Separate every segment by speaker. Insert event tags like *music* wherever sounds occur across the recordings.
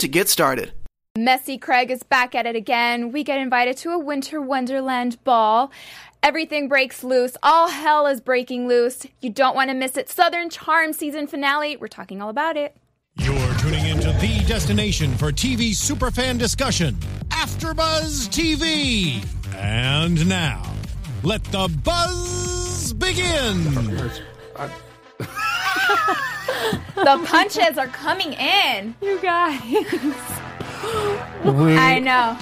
Speaker 1: to get started.
Speaker 2: Messy Craig is back at it again. We get invited to a winter wonderland ball. Everything breaks loose. All hell is breaking loose. You don't want to miss it. Southern Charm season finale. We're talking all about it.
Speaker 3: You're tuning into the destination for TV superfan discussion, AfterBuzz TV. And now, let the buzz begin.
Speaker 4: *laughs*
Speaker 2: The punches are coming in.
Speaker 4: You guys.
Speaker 2: *gasps* I know.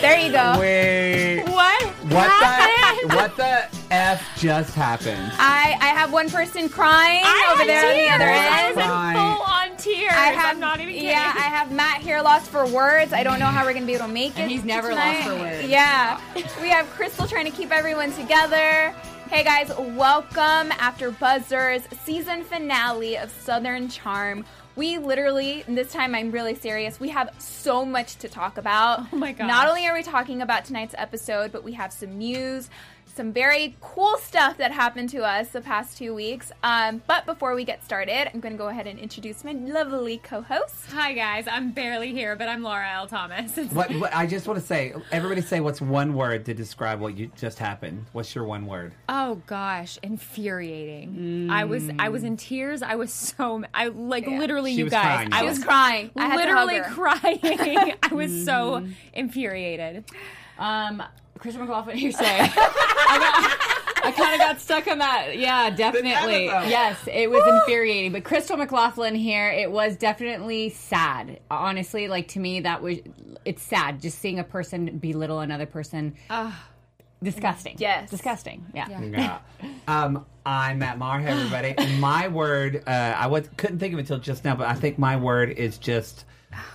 Speaker 2: There you go.
Speaker 5: Wait.
Speaker 2: What?
Speaker 5: What the,
Speaker 2: happened?
Speaker 5: what the F just happened?
Speaker 2: I, I have one person crying over there on the other
Speaker 4: I
Speaker 2: end.
Speaker 4: was in
Speaker 5: Fine.
Speaker 4: full on tears.
Speaker 2: I have
Speaker 4: am not even kidding.
Speaker 2: Yeah, I have Matt here lost for words. I don't know how we're gonna be able to make it.
Speaker 6: And he's never
Speaker 2: tonight.
Speaker 6: lost for words.
Speaker 2: Yeah, we have Crystal trying to keep everyone together. Hey guys, welcome after Buzzers season finale of Southern Charm. We literally, and this time I'm really serious, we have so much to talk about.
Speaker 4: Oh my gosh.
Speaker 2: Not only are we talking about tonight's episode, but we have some news, some very cool stuff that happened to us the past two weeks. Um, but before we get started, I'm going to go ahead and introduce my lovely co host.
Speaker 4: Hi guys, I'm barely here, but I'm Laura L. Thomas. It's-
Speaker 5: What, what, I just want to say, everybody say what's one word to describe what you just happened. What's your one word?
Speaker 4: Oh gosh, infuriating. I was I was
Speaker 6: Mm.
Speaker 4: in tears. I was so ma- I like literally
Speaker 5: She
Speaker 4: you
Speaker 5: was
Speaker 4: guys.
Speaker 5: crying,
Speaker 4: I
Speaker 5: yeah.
Speaker 4: was
Speaker 2: crying. I had to hug
Speaker 4: literally
Speaker 2: her.
Speaker 4: *laughs* crying. *laughs* I was so infuriated.
Speaker 6: Mm-hmm. Um, Christian *laughs* McLaughlin, you say. I, got- I kind of got stuck on that. Yeah, definitely.
Speaker 5: episode.
Speaker 6: Yes, it was infuriating. But Crystal McLaughlin here, it was definitely sad. Honestly, like to me, that was it's sad just seeing a person belittle another person. Disgusting.
Speaker 2: Yes.
Speaker 6: Disgusting. Yeah.
Speaker 4: Mm-hmm.
Speaker 5: Yeah. um, I'm Matt Maher. Hey, everybody. And my word, uh, I was, couldn't think of it until just now, but I think my word is just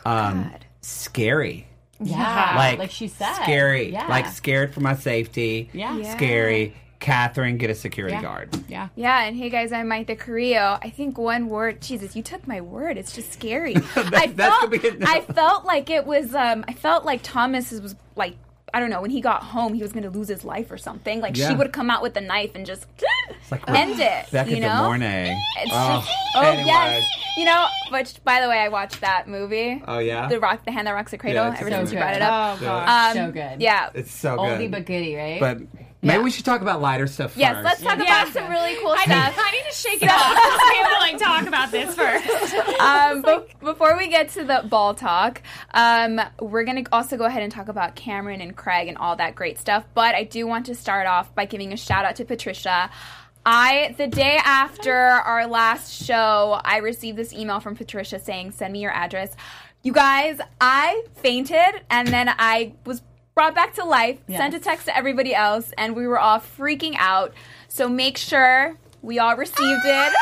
Speaker 5: um, scary.
Speaker 6: Yeah.
Speaker 5: Like,
Speaker 6: she said.
Speaker 5: Scary.
Speaker 6: Yeah.
Speaker 5: Like scared for my safety.
Speaker 6: Yeah. Yeah.
Speaker 5: Scary. Catherine, get a security
Speaker 6: Yeah.
Speaker 5: guard.
Speaker 6: Yeah.
Speaker 2: Yeah, and hey guys, I'm Mike the Carrillo. I think one word, Jesus, you took my word. It's just scary. *laughs* I
Speaker 5: that
Speaker 2: felt,
Speaker 5: could be it now.
Speaker 2: I felt like it was. Um, I felt like Thomas was like, I don't know, when he got home, he was going to lose his life or something. Like she
Speaker 5: Yeah.
Speaker 2: would come out with a knife and just *laughs*
Speaker 5: like
Speaker 2: end it.
Speaker 5: Back
Speaker 2: you
Speaker 5: in
Speaker 2: know?
Speaker 5: the morning.
Speaker 2: It's
Speaker 5: Oh,
Speaker 2: just, oh yes,
Speaker 5: anyway.
Speaker 2: you know. Which, by the way, I watched that movie.
Speaker 5: Oh, yeah?
Speaker 2: the rock, the hand that rocks the cradle.
Speaker 5: Yeah, it's
Speaker 2: ever
Speaker 5: so
Speaker 2: since you
Speaker 6: good.
Speaker 2: brought it up,
Speaker 5: Oh, gosh.
Speaker 2: um,
Speaker 6: so good.
Speaker 2: Yeah.
Speaker 5: It's so good.
Speaker 6: Oldie but goodie, right?
Speaker 5: But maybe we should talk about lighter stuff first.
Speaker 2: Yes, let's talk
Speaker 4: Yeah.
Speaker 2: about some really cool
Speaker 4: I need,
Speaker 2: stuff.
Speaker 4: I need to shake
Speaker 5: *laughs*
Speaker 4: it off. Let's be able to like talk about this first.
Speaker 2: um, bef- before we get to the ball talk, um, we're going to also go ahead and talk about Cameron and Craig and all that great stuff. But I do want to start off by giving a shout out to Patricia. I the day after our last show, I received this email from Patricia saying, "Send me your address." You guys, I fainted and then I was brought back to life, sent a text to everybody else, and we were all freaking out. So make sure we all received it.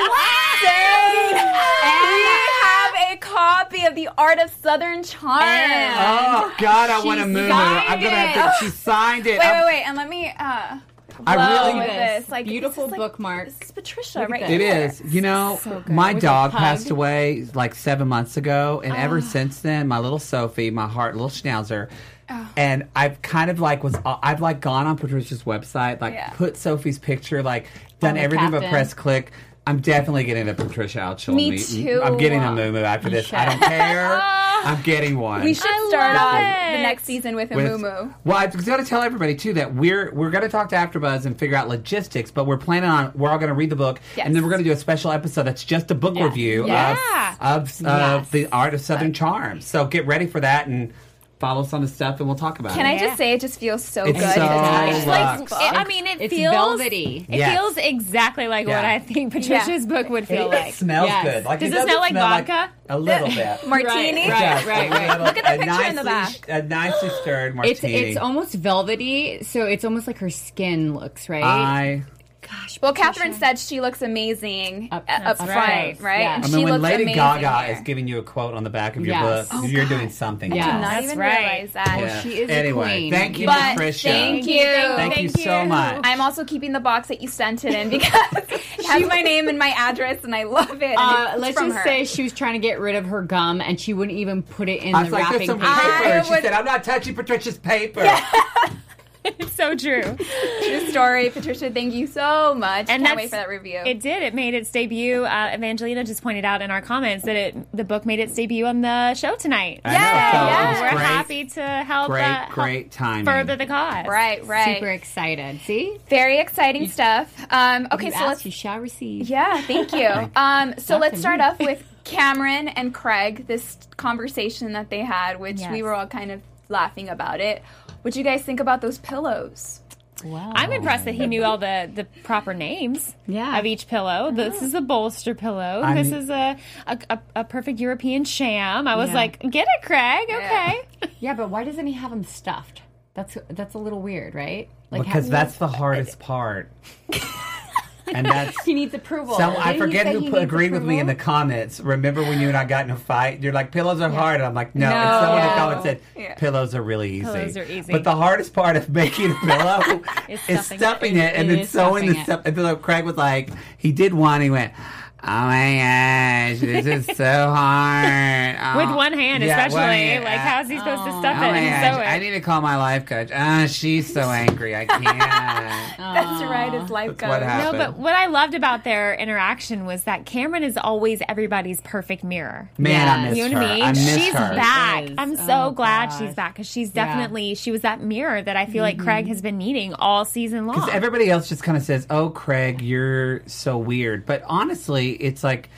Speaker 2: Insane. And we have a copy of the Art of Southern Charm.
Speaker 5: Oh God, I want to move her. I'm gonna have to. She signed it.
Speaker 2: Wait,
Speaker 5: I'm-
Speaker 2: wait, wait, and let me. Uh,
Speaker 5: I
Speaker 2: blow
Speaker 5: really.
Speaker 2: with
Speaker 6: this.
Speaker 2: this. Like
Speaker 6: Beautiful
Speaker 2: this is
Speaker 6: bookmark.
Speaker 2: Like, this is Patricia,
Speaker 6: Look at
Speaker 2: right?
Speaker 6: this.
Speaker 5: It
Speaker 2: here.
Speaker 5: is. You know,
Speaker 6: So good.
Speaker 5: my
Speaker 6: With a
Speaker 5: dog
Speaker 6: hug.
Speaker 5: passed away like seven months ago, and ever since then, my little Sophie, my heart, little Schnauzer, and I've kind of like was uh, I've like gone on Patricia's website, like
Speaker 2: Yeah.
Speaker 5: put Sophie's picture, like done
Speaker 6: the
Speaker 5: everything but
Speaker 6: captain.
Speaker 5: press click. I'm definitely getting a Patricia Outshul.
Speaker 2: Me
Speaker 5: meet.
Speaker 2: too.
Speaker 5: I'm getting a moo after this. I don't care. I'm getting one.
Speaker 2: We should start
Speaker 4: love
Speaker 2: off
Speaker 4: it.
Speaker 2: the next season with a moo
Speaker 5: with-
Speaker 2: moo.
Speaker 5: Well, I've got to tell everybody too that we're we're going to talk to AfterBuzz and figure out logistics, but we're planning on we're all going to read the book and
Speaker 2: Yes.
Speaker 5: then we're going to do a special episode that's just a book review
Speaker 6: Yeah.
Speaker 5: of of,
Speaker 6: Yes.
Speaker 5: of the art of Southern charm. So get ready for that and follow us on the stuff and we'll talk about
Speaker 2: Can
Speaker 5: it.
Speaker 2: I just say it just feels so
Speaker 5: It's
Speaker 2: good?
Speaker 5: so
Speaker 2: It's just like,
Speaker 5: luxe.
Speaker 4: I mean, it
Speaker 6: It's
Speaker 4: feels
Speaker 6: velvety.
Speaker 4: It
Speaker 5: Yes.
Speaker 4: feels exactly like what
Speaker 5: Yeah.
Speaker 4: I think Patricia's book would feel
Speaker 5: It
Speaker 4: like.
Speaker 5: smells
Speaker 6: Yes.
Speaker 5: good. Like,
Speaker 4: Does it
Speaker 5: doesn't
Speaker 4: smell like vodka?
Speaker 5: a little bit.
Speaker 2: martini.
Speaker 6: Right,
Speaker 5: Yes,
Speaker 6: right,
Speaker 5: a
Speaker 6: right.
Speaker 5: little-
Speaker 2: Look at the
Speaker 5: a
Speaker 2: picture in the
Speaker 5: nicely- A nicely stirred martini.
Speaker 6: It's it's almost velvety, so it's almost like her skin looks, right?
Speaker 5: I
Speaker 4: gosh.
Speaker 2: Well, Catherine said she looks amazing up,
Speaker 6: Up-
Speaker 2: up front,
Speaker 6: that's right.
Speaker 2: right?
Speaker 6: Yeah.
Speaker 2: And
Speaker 6: I
Speaker 5: I
Speaker 2: she
Speaker 5: mean, when
Speaker 2: looks
Speaker 5: Lady
Speaker 2: amazing
Speaker 5: Gaga
Speaker 2: here.
Speaker 5: is giving you a quote on the back of your
Speaker 6: Yes.
Speaker 5: book, you're doing something.
Speaker 6: Yeah.
Speaker 5: wrong.
Speaker 2: Not
Speaker 6: That's
Speaker 2: even
Speaker 6: right.
Speaker 2: realize that.
Speaker 5: Yeah.
Speaker 6: she is a
Speaker 5: anyway,
Speaker 6: queen.
Speaker 5: thank you,
Speaker 2: But
Speaker 5: Patricia.
Speaker 2: thank you.
Speaker 5: Thank you
Speaker 4: Thank
Speaker 5: so
Speaker 4: you.
Speaker 5: much.
Speaker 2: I'm also keeping the box that you sent it
Speaker 6: *laughs*
Speaker 2: in because it has my name and my address, and I love it. and
Speaker 6: Uh,
Speaker 2: it's
Speaker 6: let's
Speaker 2: from
Speaker 6: just
Speaker 2: her.
Speaker 6: say she was trying to get rid of her gum and she wouldn't even put it in
Speaker 5: I
Speaker 6: the
Speaker 5: was like,
Speaker 6: wrapping
Speaker 5: there's some
Speaker 6: paper.
Speaker 5: paper. And she
Speaker 2: would-
Speaker 5: said, I'm not touching Patricia's paper.
Speaker 4: It's *laughs* so true.
Speaker 2: True story, Patricia. Thank you so much.
Speaker 4: And
Speaker 2: Can't
Speaker 4: that's-
Speaker 2: wait for that review.
Speaker 4: It did. It made its debut. Uh, Evangelina just pointed out in our comments that it, the book made its debut on the show tonight.
Speaker 5: *laughs* I know, so it was
Speaker 4: We're
Speaker 5: great,
Speaker 4: happy to help,
Speaker 5: Great,
Speaker 4: uh, help
Speaker 5: great timing.
Speaker 4: further the cause.
Speaker 2: right, right.
Speaker 6: Super excited. See?
Speaker 2: Very exciting stuff. Um, okay,
Speaker 6: you
Speaker 2: so
Speaker 6: ask,
Speaker 2: let's.
Speaker 6: you shall receive.
Speaker 2: Yeah, thank
Speaker 6: *laughs*
Speaker 2: you. Um, so
Speaker 6: Not
Speaker 2: let's
Speaker 6: to
Speaker 2: start
Speaker 6: me.
Speaker 2: off with Cameron and Craig, this conversation that they had, which we
Speaker 4: Yes.
Speaker 2: were all kind of laughing about it. What you guys think about those pillows? *laughs*
Speaker 6: Wow.
Speaker 4: I'm impressed that he knew all the, the proper names
Speaker 6: Yeah.
Speaker 4: of each pillow. This is a bolster pillow.
Speaker 5: I
Speaker 4: this
Speaker 5: mean-
Speaker 4: is a, a, a, a perfect European sham. I was
Speaker 6: Yeah.
Speaker 4: like, get it, Craig. Okay.
Speaker 5: *laughs*
Speaker 6: Yeah, but why doesn't he have them stuffed? That's that's a little weird, right? Like
Speaker 5: Because
Speaker 6: how-
Speaker 5: that's the *laughs* hardest part. and that's.
Speaker 6: he needs approval.
Speaker 5: Some, I
Speaker 6: Didn't he
Speaker 5: forget
Speaker 6: say
Speaker 5: who
Speaker 6: he
Speaker 5: put,
Speaker 6: needs
Speaker 5: agreed with me in the
Speaker 6: approval?
Speaker 5: comments. Remember when you and I got in a fight? You're like, pillows are hard. And I'm like, no.
Speaker 6: No.
Speaker 5: And someone in the
Speaker 6: Yeah.
Speaker 5: comments said,
Speaker 2: Yeah.
Speaker 5: pillows are really easy.
Speaker 4: Pillows are easy.
Speaker 5: But the hardest part of making a
Speaker 4: *laughs*
Speaker 5: pillow is,
Speaker 4: stuffing it.
Speaker 5: stuffing it, and
Speaker 6: It
Speaker 5: then
Speaker 6: is
Speaker 5: sewing the
Speaker 6: stuffing it.
Speaker 5: stuff. And so Craig was like, he did one. He went, oh my gosh, this is so hard. Oh.
Speaker 4: *laughs* With one hand,
Speaker 5: Yeah,
Speaker 4: especially.
Speaker 5: one hand. Uh,
Speaker 4: like, how's he supposed to stuff
Speaker 5: Oh
Speaker 4: it
Speaker 5: my
Speaker 4: and
Speaker 5: gosh,
Speaker 4: sew it?
Speaker 5: I need to call my life coach. Ah, she's
Speaker 4: *laughs*
Speaker 5: so angry. I can't.
Speaker 4: Oh,
Speaker 2: That's right, as life
Speaker 5: That's what
Speaker 2: goes.
Speaker 5: happened.
Speaker 4: No, but what I loved about their interaction was that Cameron is always everybody's perfect mirror.
Speaker 5: Man, I
Speaker 6: Yes.
Speaker 5: miss
Speaker 4: You know
Speaker 5: her.
Speaker 4: what I mean?
Speaker 5: I miss
Speaker 4: she's
Speaker 5: her.
Speaker 4: back.
Speaker 6: She is.
Speaker 4: I'm so
Speaker 6: Oh,
Speaker 4: glad
Speaker 6: gosh. Mm-hmm.
Speaker 4: she's back because she's definitely she was that mirror that I feel like Craig has been needing all season long.
Speaker 5: Because everybody else just kind of says, "Oh, Craig, you're so weird," but honestly, it's like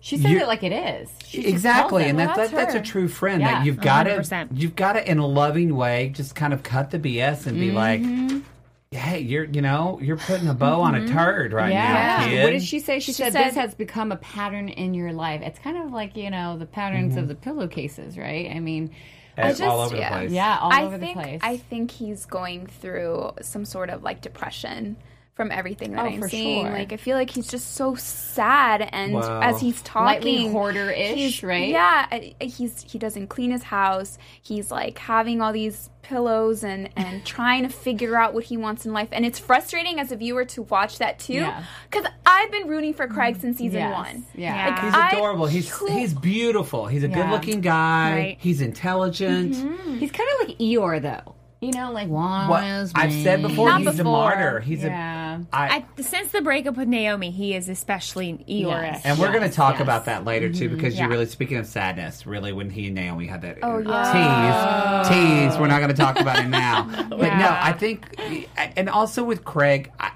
Speaker 6: She says
Speaker 5: You-
Speaker 6: it like it is. She just
Speaker 5: exactly,
Speaker 6: tells
Speaker 5: and
Speaker 6: him.
Speaker 5: that,
Speaker 2: that's
Speaker 5: that, that's a
Speaker 2: her.
Speaker 5: true friend.
Speaker 6: Yeah,
Speaker 5: that you've got to
Speaker 4: 100%.
Speaker 5: you've got to in a loving way just kind of cut the BS and be like, "Hey, you're you know you're putting a bow on a turd right now,
Speaker 6: Yeah.
Speaker 5: kid."
Speaker 6: What did she say? She, said,
Speaker 2: said-
Speaker 6: this has become a pattern in your life. It's kind of like, you know, the patterns
Speaker 5: Mm-hmm.
Speaker 6: of the pillowcases, right? I mean,
Speaker 5: And
Speaker 2: just-
Speaker 5: all over the
Speaker 2: yeah.
Speaker 5: place.
Speaker 6: yeah, all
Speaker 2: I
Speaker 6: over
Speaker 2: think
Speaker 6: the place.
Speaker 2: I think he's going through some sort of like depression from everything that
Speaker 6: Oh,
Speaker 2: I'm
Speaker 6: for
Speaker 2: seeing.
Speaker 6: sure.
Speaker 2: Like I feel like he's just so sad, and
Speaker 5: Wow.
Speaker 2: as he's
Speaker 6: Lightly
Speaker 2: talking,
Speaker 6: hoarder-ish,
Speaker 2: he's-
Speaker 6: right?
Speaker 2: Yeah, I- I- he's he doesn't clean his house. He's like having all these pillows and
Speaker 6: *laughs*
Speaker 2: and trying to figure out what he wants in life, and it's frustrating as a viewer to watch that too,
Speaker 6: Yeah. Mm.
Speaker 2: because I've been rooting for Craig since season
Speaker 6: Yes.
Speaker 2: one.
Speaker 6: Yeah.
Speaker 4: Like,
Speaker 5: He's
Speaker 2: I-
Speaker 5: adorable. he's he's beautiful. He's a
Speaker 6: Yeah.
Speaker 5: good-looking guy.
Speaker 4: Right.
Speaker 5: He's intelligent.
Speaker 6: He's kind of like Eeyore, though. You know, like one
Speaker 5: What
Speaker 6: knows
Speaker 5: I've
Speaker 6: me.
Speaker 5: said before,
Speaker 2: Not
Speaker 5: he's a
Speaker 2: before.
Speaker 5: martyr. He's
Speaker 6: Yeah.
Speaker 5: a I,
Speaker 4: I, since the breakup with Naomi, he is especially Eeyore.
Speaker 6: Yes.
Speaker 5: And we're going to talk
Speaker 6: yes.
Speaker 5: about that later too, because
Speaker 4: Yeah.
Speaker 5: you're really speaking of sadness. Really, when he and Naomi had that
Speaker 2: Mm-hmm. Oh,
Speaker 5: uh,
Speaker 2: yeah.
Speaker 5: tease, tease. We're not going to talk about
Speaker 2: *laughs*
Speaker 5: it now. But no,
Speaker 4: Yeah.
Speaker 5: I think, and also with Craig, I,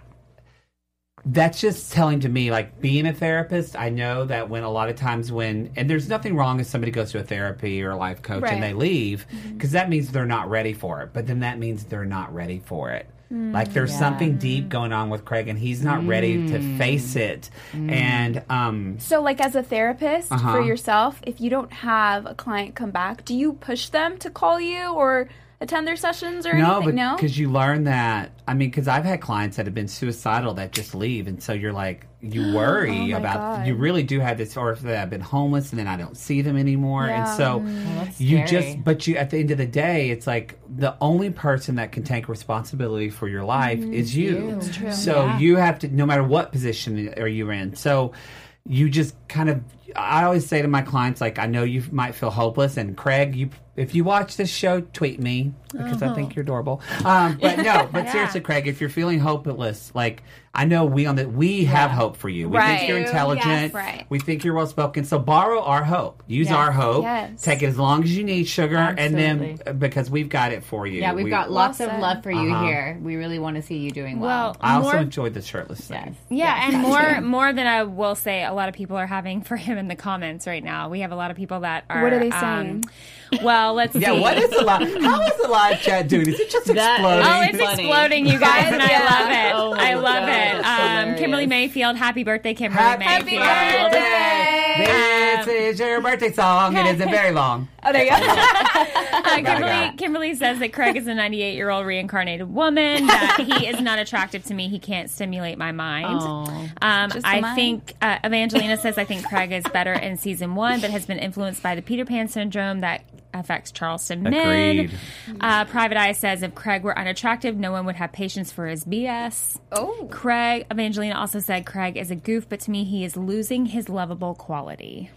Speaker 5: that's just telling to me, like being a therapist. I know that when a lot of times when, and there's nothing wrong if somebody goes to a therapy or a life coach
Speaker 2: Right. Mm-hmm.
Speaker 5: and they leave, because that means they're not ready for it. But then that means they're not ready for it.
Speaker 2: Mm,
Speaker 5: Like there's something deep going on with Craig, and he's not ready
Speaker 2: Mm.
Speaker 5: to face it. And um,
Speaker 2: So, like as a therapist for
Speaker 5: Uh-huh.
Speaker 2: yourself, if you don't have a client come back, do you push them to call you or attend their sessions or
Speaker 5: No,
Speaker 2: anything?
Speaker 5: but
Speaker 2: no,
Speaker 5: because you learn that. I mean, because I've had clients that have been suicidal that just leave, and so you're like,
Speaker 2: *gasps*
Speaker 5: you worry
Speaker 2: Oh my
Speaker 5: about.
Speaker 2: God.
Speaker 5: You really do have this, or if they've been homeless and then I don't see them anymore,
Speaker 2: Yeah. Mm.
Speaker 5: and so
Speaker 6: that's
Speaker 5: you
Speaker 6: scary.
Speaker 5: just. But you, at the end of the day, it's like the only person that can take responsibility for your life is you. So you have to, no matter what position are you in. So you just kind of i always say to my clients like i know you might feel hopeless and craig you if you watch this show tweet me because i think you're adorable um, but no but seriously craig if you're feeling hopeless like i know we on the we have hope for you we
Speaker 2: Right.
Speaker 5: think you're
Speaker 2: Oh, Yes,
Speaker 5: intelligent
Speaker 2: right.
Speaker 5: we think you're well spoken so borrow our hope use our hope
Speaker 2: Yes.
Speaker 5: take it as long as you need sugar and
Speaker 6: Absolutely.
Speaker 5: then because we've got it for you
Speaker 6: Yeah, we've
Speaker 5: We-
Speaker 6: got lots
Speaker 2: Well
Speaker 6: of
Speaker 2: said.
Speaker 6: love for you
Speaker 5: Uh-huh.
Speaker 6: here. We really want to see you doing well.
Speaker 4: Well,
Speaker 5: i also
Speaker 4: more
Speaker 5: enjoyed the shirtless thing
Speaker 6: yes.
Speaker 4: Yeah,
Speaker 5: *laughs*
Speaker 4: and more more than I will say, a lot of people are having for him in the comments right now. We have a lot of people that are.
Speaker 2: What are they
Speaker 4: um,
Speaker 2: saying?
Speaker 4: well, let's
Speaker 5: yeah
Speaker 4: see.
Speaker 5: what is the live
Speaker 6: *laughs*
Speaker 5: how is the live chat doing is it just
Speaker 6: That-
Speaker 5: exploding
Speaker 4: Oh, it's
Speaker 6: Funny.
Speaker 4: exploding, you guys, and
Speaker 2: Yeah.
Speaker 4: I
Speaker 6: Oh
Speaker 4: love it.
Speaker 6: my
Speaker 4: I love
Speaker 6: God,
Speaker 4: it.
Speaker 6: that's
Speaker 4: Um,
Speaker 6: hilarious.
Speaker 4: Kimberly Mayfield, happy birthday, Kimberly
Speaker 5: Happy
Speaker 4: Mayfield.
Speaker 2: birthday.
Speaker 5: This is your birthday song. It isn't very long.
Speaker 2: Oh, there you
Speaker 5: *laughs*
Speaker 2: go.
Speaker 4: Uh,
Speaker 5: go.
Speaker 4: Kimberly, Kimberly says that Craig is a 98 year old reincarnated woman, that he is not attractive to me. He can't stimulate my mind.
Speaker 6: Oh.
Speaker 4: Um,
Speaker 2: Just the
Speaker 4: I
Speaker 2: mind.
Speaker 4: think uh, Evangelina says, I think Craig is better in season one, but has been influenced by the Peter Pan syndrome that affects Charleston men.
Speaker 7: Agreed.
Speaker 4: Uh, Private Eye says, if Craig were unattractive, no one would have patience for his BS.
Speaker 2: Oh.
Speaker 4: Craig, Evangelina also said, Craig is a goof, but to me, he is losing his lovable quality.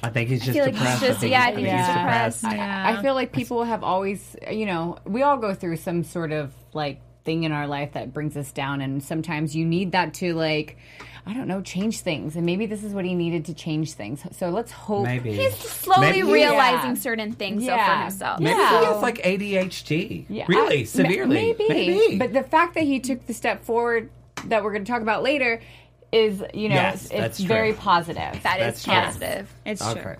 Speaker 5: I think he's just
Speaker 2: feel like he's
Speaker 5: depressed.
Speaker 2: just- yeah, I think he's depressed.
Speaker 6: I, I feel like people have always, you know, we all go through some sort of like thing in our life that brings us down, and sometimes you need that to like, I don't know, change things. And maybe this is what he needed to change things. So let's hope.
Speaker 5: Maybe.
Speaker 2: He's slowly
Speaker 5: Maybe-
Speaker 2: realizing
Speaker 6: Yeah.
Speaker 2: certain things though, for
Speaker 6: Yeah.
Speaker 2: himself.
Speaker 5: Maybe
Speaker 6: Yeah.
Speaker 5: he has like ADHD.
Speaker 6: Yeah,
Speaker 5: Really,
Speaker 6: I-
Speaker 5: severely.
Speaker 6: Maybe. But the fact that he took the step forward that we're going to talk about later is, you know,
Speaker 5: Yes,
Speaker 6: it's,
Speaker 5: that's
Speaker 6: it's
Speaker 5: true.
Speaker 6: very positive.
Speaker 2: That is
Speaker 5: That's true.
Speaker 2: positive.
Speaker 4: It's
Speaker 5: okay.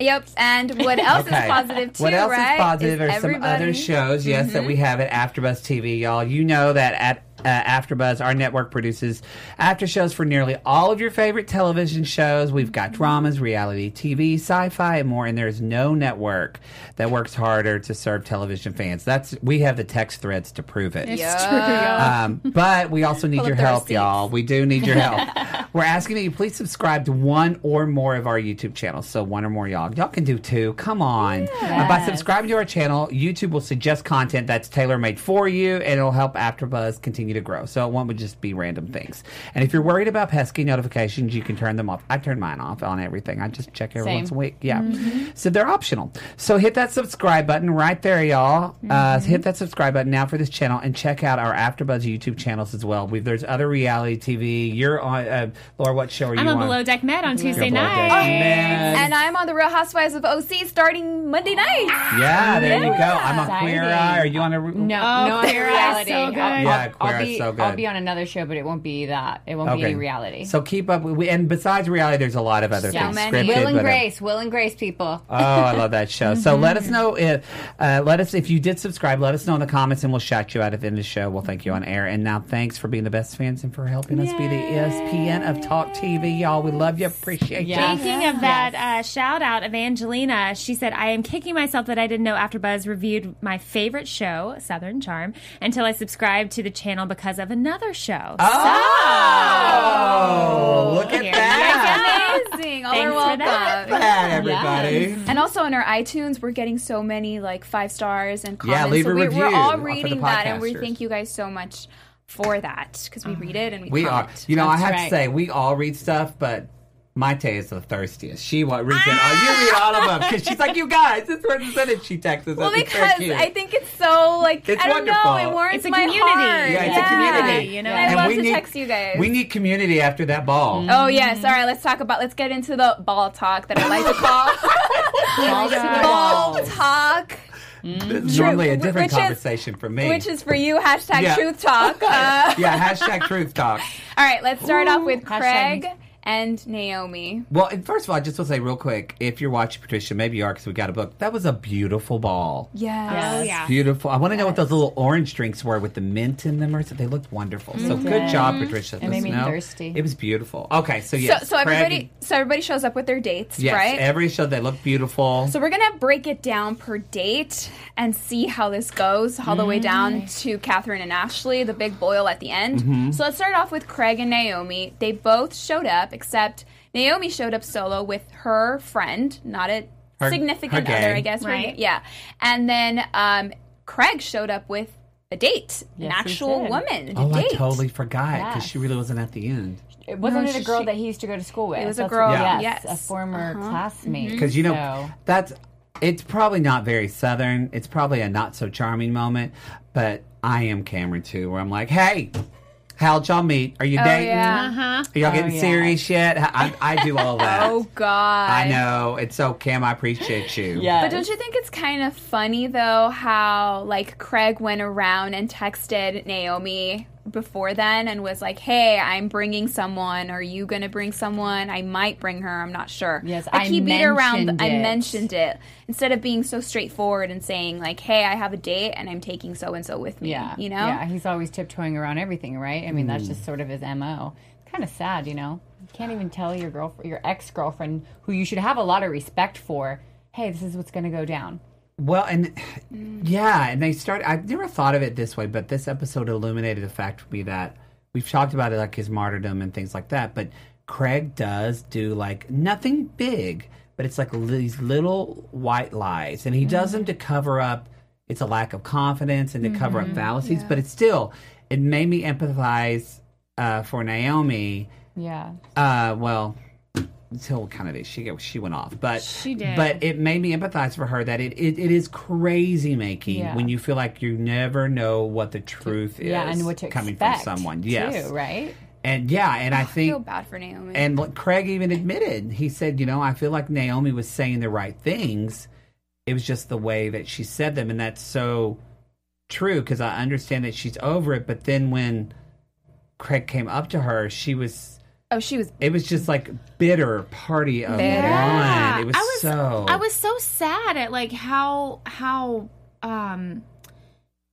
Speaker 2: Yep. And
Speaker 5: *laughs*
Speaker 2: what else
Speaker 5: Okay.
Speaker 2: is positive too,
Speaker 5: What else
Speaker 2: right?
Speaker 5: is positive
Speaker 2: Is
Speaker 5: are some other
Speaker 2: everybody- Mm-hmm.
Speaker 5: shows, yes, that we have at AfterBuzz TV, y'all. You know that at uh, AfterBuzz, our network produces after shows for nearly all of your favorite television shows. We've got
Speaker 2: Mm-hmm.
Speaker 5: dramas, reality TV, sci-fi, and more. And there's no network that works harder to serve television fans. That's we have the text threads to prove it. Um, but we also need your
Speaker 2: up their
Speaker 5: help,
Speaker 2: receipts.
Speaker 5: y'all. We do need your help. We're asking that you please subscribe to one or more of our YouTube channels. So one or more, y'all. Y'all can do two. Come on. Uh, by subscribing to our channel, YouTube will suggest content that's tailor made for you, and it'll help AfterBuzz continue to grow. So it won't just be random things. And if you're worried about pesky notifications, you can turn them off. I turn mine off on everything. I just check every
Speaker 6: Same.
Speaker 5: once a week. Yeah.
Speaker 4: Mm-hmm.
Speaker 5: So they're optional. So hit that subscribe button right there, y'all. Uh,
Speaker 4: Mm-hmm.
Speaker 5: hit that subscribe button now for this channel and check out our AfterBuzz YouTube channels as well. We've, there's other reality TV. You're on, uh, Laura, what show are
Speaker 4: I'm
Speaker 5: you
Speaker 4: on
Speaker 5: on?
Speaker 4: Below Deck Med on
Speaker 5: You're
Speaker 4: Tuesday
Speaker 5: Below Deck
Speaker 4: night.
Speaker 5: Med.
Speaker 2: And I'm on the Real Housewives of OC starting Monday night.
Speaker 5: Yeah, there you go. I'm on
Speaker 6: Exciting.
Speaker 5: Queer Eye. Are you on a?
Speaker 6: No,
Speaker 4: Oh,
Speaker 6: no, it's
Speaker 4: Queer Eye's
Speaker 6: reality.
Speaker 4: so good.
Speaker 6: I'll,
Speaker 5: Yeah,
Speaker 6: I'll-
Speaker 5: Queer
Speaker 6: I'll
Speaker 5: Eye's
Speaker 6: be,
Speaker 5: so good.
Speaker 6: I'll be on another show, but it won't be that. It won't be any reality.
Speaker 5: So keep up. with- We, and besides reality, there's a lot of other things.
Speaker 2: many.
Speaker 5: Scripted,
Speaker 6: Will and
Speaker 5: but, uh,
Speaker 6: Grace, Will and Grace, people.
Speaker 5: Oh, I love that show. So let us know if uh, let us if you did subscribe. Let us know in the comments, and we'll shout you out at the end of the show. We'll thank you on air. And now, thanks for being the best fans and for helping us be the E ESPN of Talk TV, y'all. We love you. Appreciate you.
Speaker 6: Yes.
Speaker 4: Speaking of that uh, shout out, Evangelina, she said, I am kicking myself that I didn't know AfterBuzz reviewed my favorite show, Southern Charm, until I subscribed to the channel because of another show.
Speaker 5: Oh, look at
Speaker 4: Here
Speaker 5: that.
Speaker 2: Amazing. All are
Speaker 4: Thanks for that.
Speaker 2: welcome.
Speaker 5: That, everybody.
Speaker 2: And also on our iTunes, we're getting so many like five stars and
Speaker 5: Yeah,
Speaker 2: comments.
Speaker 5: leave
Speaker 2: so
Speaker 5: a
Speaker 2: we're,
Speaker 5: review
Speaker 2: we're
Speaker 5: for
Speaker 2: all
Speaker 5: the
Speaker 2: reading that, and we
Speaker 5: podcasters.
Speaker 2: thank you guys so much for that because we read it and we,
Speaker 5: We are.
Speaker 2: comment.
Speaker 5: You know, I have to
Speaker 6: right.
Speaker 5: say, we all read stuff, but Maite is the thirstiest. She wa- reads it all. You read all of them because she's like, you guys, this person said it. She texts us.
Speaker 2: well,
Speaker 5: It's very
Speaker 2: because
Speaker 5: cute.
Speaker 2: I think it's so like
Speaker 5: It's
Speaker 2: I don't
Speaker 5: wonderful.
Speaker 2: know, it warms
Speaker 4: It's a
Speaker 2: my
Speaker 4: community.
Speaker 2: heart.
Speaker 5: yeah, it's a community.
Speaker 4: you know?
Speaker 2: And I
Speaker 5: And
Speaker 2: love
Speaker 5: we
Speaker 2: to
Speaker 5: need-
Speaker 2: text you guys.
Speaker 5: We need community after that ball.
Speaker 2: Oh yes, all right. Let's talk about. Let's get into the ball talk that I like to
Speaker 5: *laughs*
Speaker 2: call ball talk,
Speaker 5: It's normally a
Speaker 2: True. Which
Speaker 5: different
Speaker 2: is-
Speaker 5: conversation for me.
Speaker 2: which is for you. Hashtag
Speaker 5: Yeah.
Speaker 2: truth talk. Uh,
Speaker 5: yeah, hashtag
Speaker 2: *laughs*
Speaker 5: truth talk.
Speaker 2: All right, let's start off with
Speaker 6: Hashtag-
Speaker 2: Craig and Naomi.
Speaker 5: Well, and first of all, I just want to say real quick, if you're watching Patricia, maybe you are because we got a book. That was a beautiful ball.
Speaker 2: Yes.
Speaker 4: Oh, yeah.
Speaker 5: Beautiful. I want to know what those little orange drinks were with the mint in them or something. They looked wonderful. So
Speaker 2: Mm-hmm.
Speaker 5: good job, Patricia. It
Speaker 6: made me thirsty.
Speaker 5: It was beautiful. Okay, so yes.
Speaker 2: so so
Speaker 5: Craig-
Speaker 2: everybody so everybody shows up with their dates,
Speaker 5: Yes,
Speaker 2: right?
Speaker 5: every show they look beautiful.
Speaker 2: so we're gonna break it down per date and see how this goes, all the way
Speaker 6: Mm-hmm.
Speaker 2: down to Catherine and Ashley, the big boil at the end.
Speaker 5: Mm-hmm.
Speaker 2: So let's start off with Craig and Naomi. They both showed up, except Naomi showed up solo with her friend, not a
Speaker 5: Her-
Speaker 2: significant
Speaker 5: her
Speaker 2: other,
Speaker 5: gay.
Speaker 2: I guess. her
Speaker 4: Right.
Speaker 2: gay- yeah, and then um, Craig showed up with a date, an
Speaker 6: Yes, he
Speaker 2: actual
Speaker 6: did.
Speaker 2: woman.
Speaker 5: oh,
Speaker 2: a date.
Speaker 5: I totally forgot because
Speaker 6: Yes.
Speaker 5: she really wasn't at the end.
Speaker 6: It Wasn't
Speaker 4: No,
Speaker 6: it a
Speaker 4: she-
Speaker 6: girl
Speaker 4: she-
Speaker 6: that he used to go to school with?
Speaker 2: It was a
Speaker 6: That's
Speaker 2: girl,
Speaker 6: what-
Speaker 2: Yeah.
Speaker 6: Yes,
Speaker 2: yes.
Speaker 6: a former classmate.
Speaker 5: because Mm-hmm. you know
Speaker 6: So-
Speaker 5: that's it's probably not very southern it's probably a not so charming moment but i am cameron too where i'm like hey how'd y'all meet are you dating
Speaker 2: Oh, yeah.
Speaker 4: Uh-huh.
Speaker 5: are y'all getting
Speaker 6: yeah.
Speaker 5: serious yet I, I
Speaker 2: *laughs*
Speaker 5: do all that
Speaker 2: Oh God!
Speaker 5: i know it's so cam i appreciate you
Speaker 6: Yes.
Speaker 2: But don't you think it's kind of funny though how like Craig went around and texted Naomi before then and was like, "Hey, I'm bringing someone. Are you going to bring someone? I might bring her. I'm not sure."
Speaker 6: Yes,
Speaker 2: like,
Speaker 6: I
Speaker 2: he beat her around.
Speaker 6: mentioned
Speaker 2: I
Speaker 6: it.
Speaker 2: mentioned it instead of being so straightforward and saying like, "Hey, I have a date and I'm taking so and so with me."
Speaker 6: Yeah.
Speaker 2: you know.
Speaker 6: Mm. Yeah, he's always tiptoeing around everything, right? I mean, that's just sort of his MO. Kind of sad, you know? can't even tell your girlfriend, your ex girlfriend, who you should have a lot of respect for. Hey, this is what's going to go down.
Speaker 5: Well, and yeah, and they start. I never thought of it this way, but this episode illuminated the fact for me that we've talked about it, like his martyrdom and things like that. But Craig does do like nothing big, but it's like li- these little white lies, and he does them to cover up. It's a lack of confidence and to cover up fallacies, but it's still. It made me empathize uh, for Naomi.
Speaker 6: Yeah.
Speaker 5: Uh, well, until kind of she she went off, but
Speaker 4: She did.
Speaker 5: But it made me empathize for her that it it, it is crazy making
Speaker 6: Yeah.
Speaker 5: when you feel like you never know what the truth is.
Speaker 6: Yeah, and what to
Speaker 5: coming from
Speaker 6: expect
Speaker 5: someone, yes,
Speaker 6: too, right? Oh,
Speaker 5: and yeah, and I
Speaker 2: I feel
Speaker 5: think.
Speaker 2: bad for Naomi.
Speaker 5: And what Craig even admitted, he said, you know, I feel like Naomi was saying the right things. It was just the way that she said them. And that's so true because I understand that she's over it. But then when Craig came up to her, she was
Speaker 2: oh, she was.
Speaker 5: it was just like bitter party of
Speaker 2: Bitter.
Speaker 5: wine. It was,
Speaker 4: I was
Speaker 5: so.
Speaker 4: I was so sad at like how how um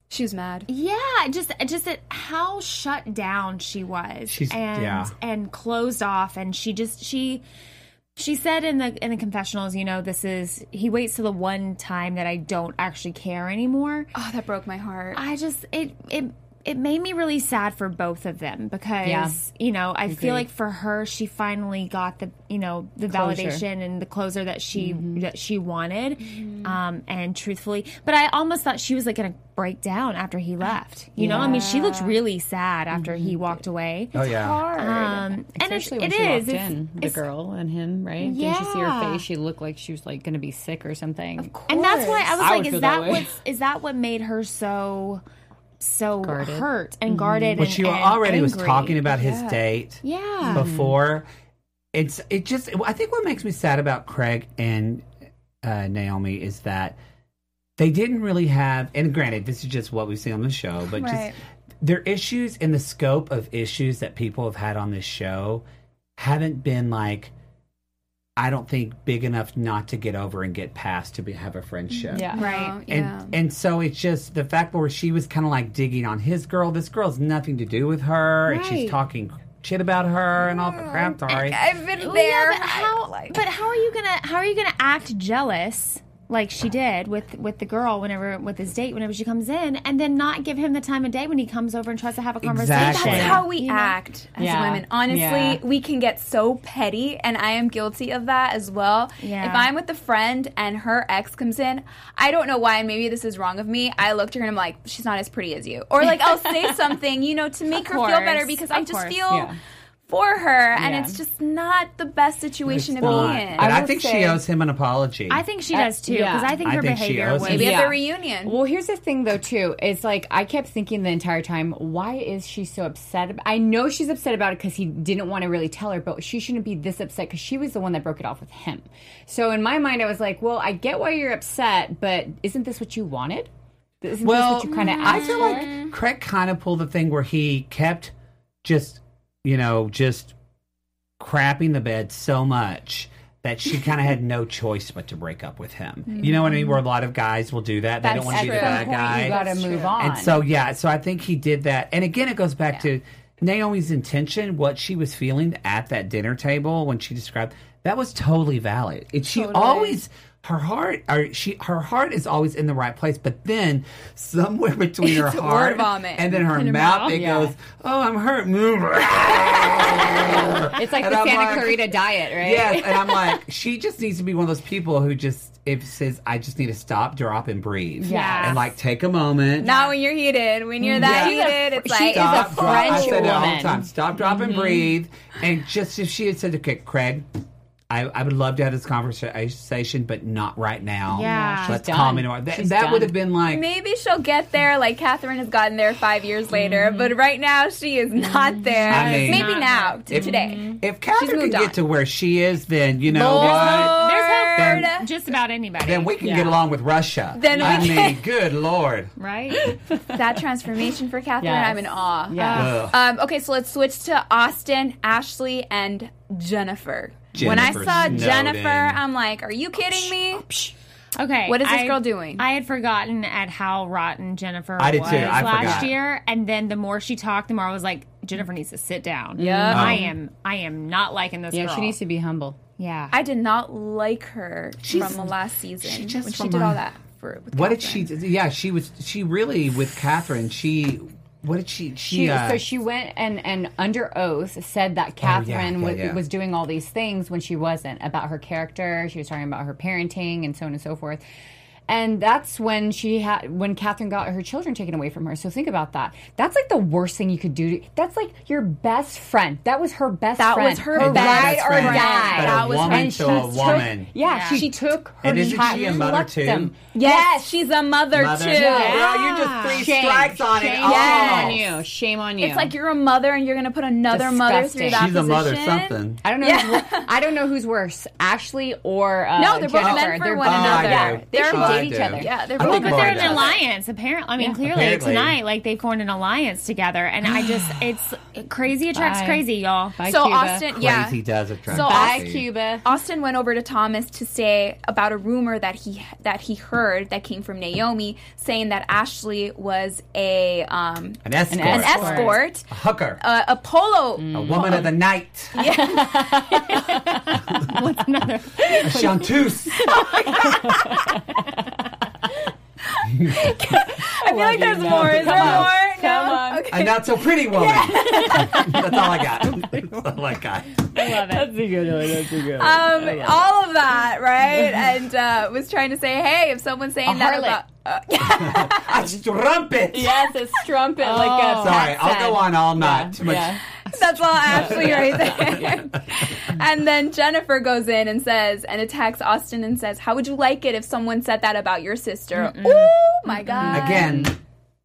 Speaker 2: She was mad.
Speaker 4: yeah just just at how shut down she was
Speaker 5: She's-
Speaker 4: and
Speaker 5: yeah.
Speaker 4: and closed off and she just she she said in the in the confessionals you know this is he waits till the one time that I don't actually care anymore
Speaker 2: Oh, that broke my heart.
Speaker 4: I just it it it made me really sad for both of them because
Speaker 6: Yeah.
Speaker 4: you know I
Speaker 6: Agreed.
Speaker 4: feel like for her she finally got the you know the
Speaker 6: Closure. Mm-hmm.
Speaker 4: validation and the closer that she that she wanted um and truthfully but I almost thought she was like going to break down after
Speaker 6: Ah,
Speaker 4: he left you know I mean she looked really sad after he walked away
Speaker 5: oh yeah.
Speaker 4: um and it's,
Speaker 6: Mm-hmm. Especially
Speaker 4: it
Speaker 6: when she
Speaker 4: is
Speaker 6: walked
Speaker 4: It's-
Speaker 6: in, the
Speaker 4: it's-
Speaker 6: girl and him, right? Didn't you see her
Speaker 4: Yeah.
Speaker 6: face? She looked like she was like going to be sick or something. Of course.
Speaker 4: and that's why I was
Speaker 6: I would
Speaker 4: like
Speaker 6: feel
Speaker 4: is
Speaker 6: that
Speaker 4: that
Speaker 6: way.
Speaker 4: what's is that what made her so so
Speaker 6: Guarded. Mm-hmm.
Speaker 4: hurt and guarded
Speaker 5: But
Speaker 4: and-
Speaker 5: she
Speaker 4: and
Speaker 5: already was
Speaker 4: angry?
Speaker 5: talking about his date
Speaker 4: yeah
Speaker 5: before. It's it just I think what makes me sad about Craig and uh, Naomi is that they didn't really have. And granted, this is just what we see on the show, but
Speaker 2: Right.
Speaker 5: just their issues and the scope of issues that people have had on this show haven't been like. I don't think big enough not to get over and get past to be, have a friendship.
Speaker 6: Yeah.
Speaker 2: Right.
Speaker 5: And
Speaker 2: yeah.
Speaker 5: and so it's just the fact where she was kind of like digging on his girl. This girl's nothing to do with her, and she's
Speaker 4: Right.
Speaker 5: talking shit about her and all the crap. Sorry,
Speaker 2: I've been
Speaker 4: Well,
Speaker 2: there.
Speaker 4: Yeah, but how? but how are you gonna? How are you gonna act jealous like she did with with the girl whenever with his date whenever she comes in, and then not give him the time of day when he comes over and tries to have a conversation?
Speaker 5: Exactly.
Speaker 2: That's
Speaker 5: Yeah.
Speaker 2: how we act as
Speaker 6: Yeah.
Speaker 2: women. Honestly,
Speaker 6: Yeah.
Speaker 2: we can get so petty, and I am guilty of that as well.
Speaker 4: Yeah.
Speaker 2: If I'm with a friend and her ex comes in, I don't know why, and maybe this is wrong of me. I look to her and I'm like, she's not as pretty as you. Or like, I'll
Speaker 6: *laughs*
Speaker 2: say something, you know, to make her feel
Speaker 4: course.
Speaker 2: better because I
Speaker 4: Of
Speaker 2: just
Speaker 4: course.
Speaker 2: feel.
Speaker 6: Yeah.
Speaker 2: For her, and
Speaker 6: Yeah.
Speaker 2: it's just not the best situation to be
Speaker 5: Well,
Speaker 2: in.
Speaker 5: But
Speaker 6: I
Speaker 5: I,
Speaker 6: will
Speaker 5: think she
Speaker 6: say-
Speaker 5: owes him an apology.
Speaker 4: I think she does too
Speaker 6: yeah.
Speaker 4: because I think
Speaker 5: I
Speaker 4: her
Speaker 5: think she
Speaker 4: behavior
Speaker 5: owes
Speaker 4: was.
Speaker 5: him.
Speaker 2: maybe at
Speaker 6: Yeah.
Speaker 2: the reunion.
Speaker 6: Well, here's the thing, though, too. It's like I kept thinking the entire time, why is she so upset? ab- I know she's upset about it because he didn't want to really tell her, but she shouldn't be this upset because she was the one that broke it off with him. So in my mind, I was like, well, I get why you're upset, but isn't this what you wanted? Isn't
Speaker 5: Well,
Speaker 6: this what you kind of
Speaker 5: I
Speaker 6: asked
Speaker 5: feel
Speaker 6: for?
Speaker 5: like Craig kind of pulled the thing where he kept just, you know, just crapping the bed so much that she kind of had no choice but to break up with him. You know what I mean? Where a lot of guys will do that. They
Speaker 6: Mm-hmm. That's
Speaker 5: don't want to be the
Speaker 6: true.
Speaker 5: bad guy.
Speaker 6: You got to move on.
Speaker 5: And so yeah, so I think he did that. And again, it goes back to Naomi's intention, what she was feeling at that dinner table when she described that was totally valid. And she always her heart or she her heart is always in the right place, but then somewhere *laughs* between her
Speaker 2: It's word
Speaker 5: heart
Speaker 2: vomit.
Speaker 5: and then her mouth, it
Speaker 6: Yeah.
Speaker 5: goes, "Oh, I'm hurt." *laughs* yes,
Speaker 6: it's like
Speaker 5: And
Speaker 6: the
Speaker 5: I'm
Speaker 6: Santa
Speaker 5: like-
Speaker 6: Clarita diet, right?
Speaker 5: and I'm like, she just needs to be one of those people who just if says, "I just need to stop, drop, and breathe,"
Speaker 6: Yes.
Speaker 5: and like take a moment,
Speaker 2: Not when you're heated. When
Speaker 6: Mm.
Speaker 2: you're that
Speaker 5: She's a-
Speaker 2: heated, it's like
Speaker 6: she's a
Speaker 5: Stop, drop- I
Speaker 6: French
Speaker 2: uh,
Speaker 5: said it all
Speaker 6: woman.
Speaker 5: the time. Stop, drop, and
Speaker 6: Mm-hmm.
Speaker 5: breathe. And just if she had said, okay, Craig, I, I would love to have this conversation, but not right now.
Speaker 4: Yeah.
Speaker 5: Let's
Speaker 6: She's
Speaker 5: calm
Speaker 6: done.
Speaker 5: it down. That,
Speaker 6: She's
Speaker 5: that
Speaker 6: done.
Speaker 5: would have been like,
Speaker 2: maybe she'll get there like Catherine has gotten there five years later, but right now she is not there.
Speaker 5: Mm-hmm. I mean-
Speaker 2: maybe
Speaker 5: Not
Speaker 2: now, to
Speaker 5: if-
Speaker 2: today.
Speaker 5: if Catherine can
Speaker 2: moved
Speaker 5: get
Speaker 2: on.
Speaker 5: to where she is, then you know
Speaker 2: Lord.
Speaker 5: what?
Speaker 4: There's
Speaker 5: Then-
Speaker 4: hope. Just about anybody.
Speaker 5: Then we can get along with Russia.
Speaker 2: Then
Speaker 5: I
Speaker 2: we
Speaker 5: mean, *laughs*
Speaker 2: *laughs*
Speaker 5: good lord.
Speaker 4: right.
Speaker 2: that transformation for Catherine,
Speaker 6: Yes.
Speaker 2: I'm in awe.
Speaker 6: Yeah.
Speaker 2: Um, okay, so let's switch to Austin, Ashley, and Jennifer. when I
Speaker 5: Jennifer
Speaker 2: saw
Speaker 5: Snowden. Oh,
Speaker 2: Jennifer, I'm like, are you kidding me?
Speaker 4: Uh, Okay.
Speaker 2: What is this
Speaker 4: I-
Speaker 2: girl doing?
Speaker 4: I had forgotten at how rotten Jennifer
Speaker 5: I did
Speaker 4: was
Speaker 5: too. I
Speaker 4: last
Speaker 5: forgot.
Speaker 4: year. And then the more she talked, the more I was like, Jennifer needs to sit down.
Speaker 6: Yeah.
Speaker 4: I am I am not liking this
Speaker 6: Yeah,
Speaker 4: girl.
Speaker 6: she needs to be humble.
Speaker 4: Yeah.
Speaker 2: I did not like her from the last season
Speaker 5: just
Speaker 2: when she
Speaker 5: from
Speaker 2: did
Speaker 5: a-
Speaker 2: all that. For, with
Speaker 5: What did she?
Speaker 2: Catherine.
Speaker 5: Yeah, she was. She really with Catherine. She. What did she? She.
Speaker 6: She,
Speaker 5: uh,
Speaker 6: so she went and, and under oath said that Catherine
Speaker 5: Oh, yeah,
Speaker 6: was,
Speaker 5: yeah.
Speaker 6: was doing all these things when she wasn't about her character. She was talking about her parenting and so on and so forth. And that's when she had when Catherine got her children taken away from her. So think about that. That's like the worst thing you could do. To, that's like your best friend. That was her best
Speaker 2: That
Speaker 6: friend.
Speaker 2: was her
Speaker 5: And not
Speaker 6: ride
Speaker 5: best
Speaker 6: or
Speaker 5: friend,
Speaker 6: die.
Speaker 5: but a
Speaker 6: That was
Speaker 5: woman
Speaker 6: and
Speaker 5: to
Speaker 6: she
Speaker 5: a
Speaker 6: took-
Speaker 5: woman.
Speaker 6: Yeah,
Speaker 4: Yeah.
Speaker 6: she took her
Speaker 5: And isn't
Speaker 6: child
Speaker 5: she a
Speaker 6: and
Speaker 5: mother
Speaker 6: left
Speaker 5: too?
Speaker 6: him.
Speaker 2: Yes, she's a mother,
Speaker 5: Mother.
Speaker 2: too.
Speaker 5: Yeah.
Speaker 6: Yeah.
Speaker 5: Girl, you just three
Speaker 6: Shame.
Speaker 5: strikes on it.
Speaker 6: Shame
Speaker 5: Oh.
Speaker 6: on you. Shame on you.
Speaker 2: It's like you're a mother and you're going to put another mother through
Speaker 6: Disgusting.
Speaker 2: that
Speaker 5: She's a mother
Speaker 2: position?
Speaker 5: something.
Speaker 6: I don't know. Who's, wor- I don't know who's worse, Ashley or uh,
Speaker 2: No, they're both
Speaker 6: Jennifer.
Speaker 2: meant for
Speaker 6: They're
Speaker 2: one
Speaker 6: both-
Speaker 2: another.
Speaker 5: I do.
Speaker 6: They
Speaker 2: They're
Speaker 6: should
Speaker 2: both-
Speaker 6: date each
Speaker 5: I do.
Speaker 6: other.
Speaker 2: Yeah, they're
Speaker 5: I
Speaker 2: both
Speaker 5: like
Speaker 4: But they're
Speaker 5: Laura
Speaker 4: an
Speaker 5: does.
Speaker 4: alliance, apparently. I mean, clearly
Speaker 5: Apparently.
Speaker 4: tonight, like they formed an alliance together, and I just,
Speaker 5: *sighs*
Speaker 4: it's crazy attracts
Speaker 6: Bye.
Speaker 4: crazy, y'all.
Speaker 6: Bye,
Speaker 2: So
Speaker 6: Cuba.
Speaker 2: Austin, yeah.
Speaker 5: Crazy does attract.
Speaker 2: So
Speaker 6: Bye,
Speaker 5: crazy.
Speaker 6: Cuba.
Speaker 2: Austin went over to Thomas to say about a rumor that he that he heard that came from Naomi saying that Ashley was a um,
Speaker 5: An escort.
Speaker 6: An
Speaker 2: an escort,
Speaker 5: A hooker.
Speaker 2: a, a polo.
Speaker 6: Mm.
Speaker 5: a woman of the night. *laughs*
Speaker 4: What's another?
Speaker 5: A chanteuse.
Speaker 2: I feel like there's more. Is there more? no. Okay.
Speaker 5: a not so pretty woman. *laughs* That's all I got. That's all I got.
Speaker 6: That's a good one. That's a good one.
Speaker 2: Um, all of that,
Speaker 6: *laughs*
Speaker 2: right? and uh, was trying to say, hey, if someone's saying
Speaker 6: A
Speaker 2: that
Speaker 6: harlot.
Speaker 2: about,
Speaker 5: A strumpet.
Speaker 6: yes, a strumpet like a.
Speaker 5: Oh. Sorry,
Speaker 6: Pat
Speaker 5: I'll go
Speaker 6: said.
Speaker 5: on all night. Too much.
Speaker 6: Yeah.
Speaker 2: That's all
Speaker 6: *laughs*
Speaker 2: Ashley right there. and then Jennifer goes in and says, and attacks Austin and says, How would you like it if someone said that about your sister? Oh my God.
Speaker 5: Again,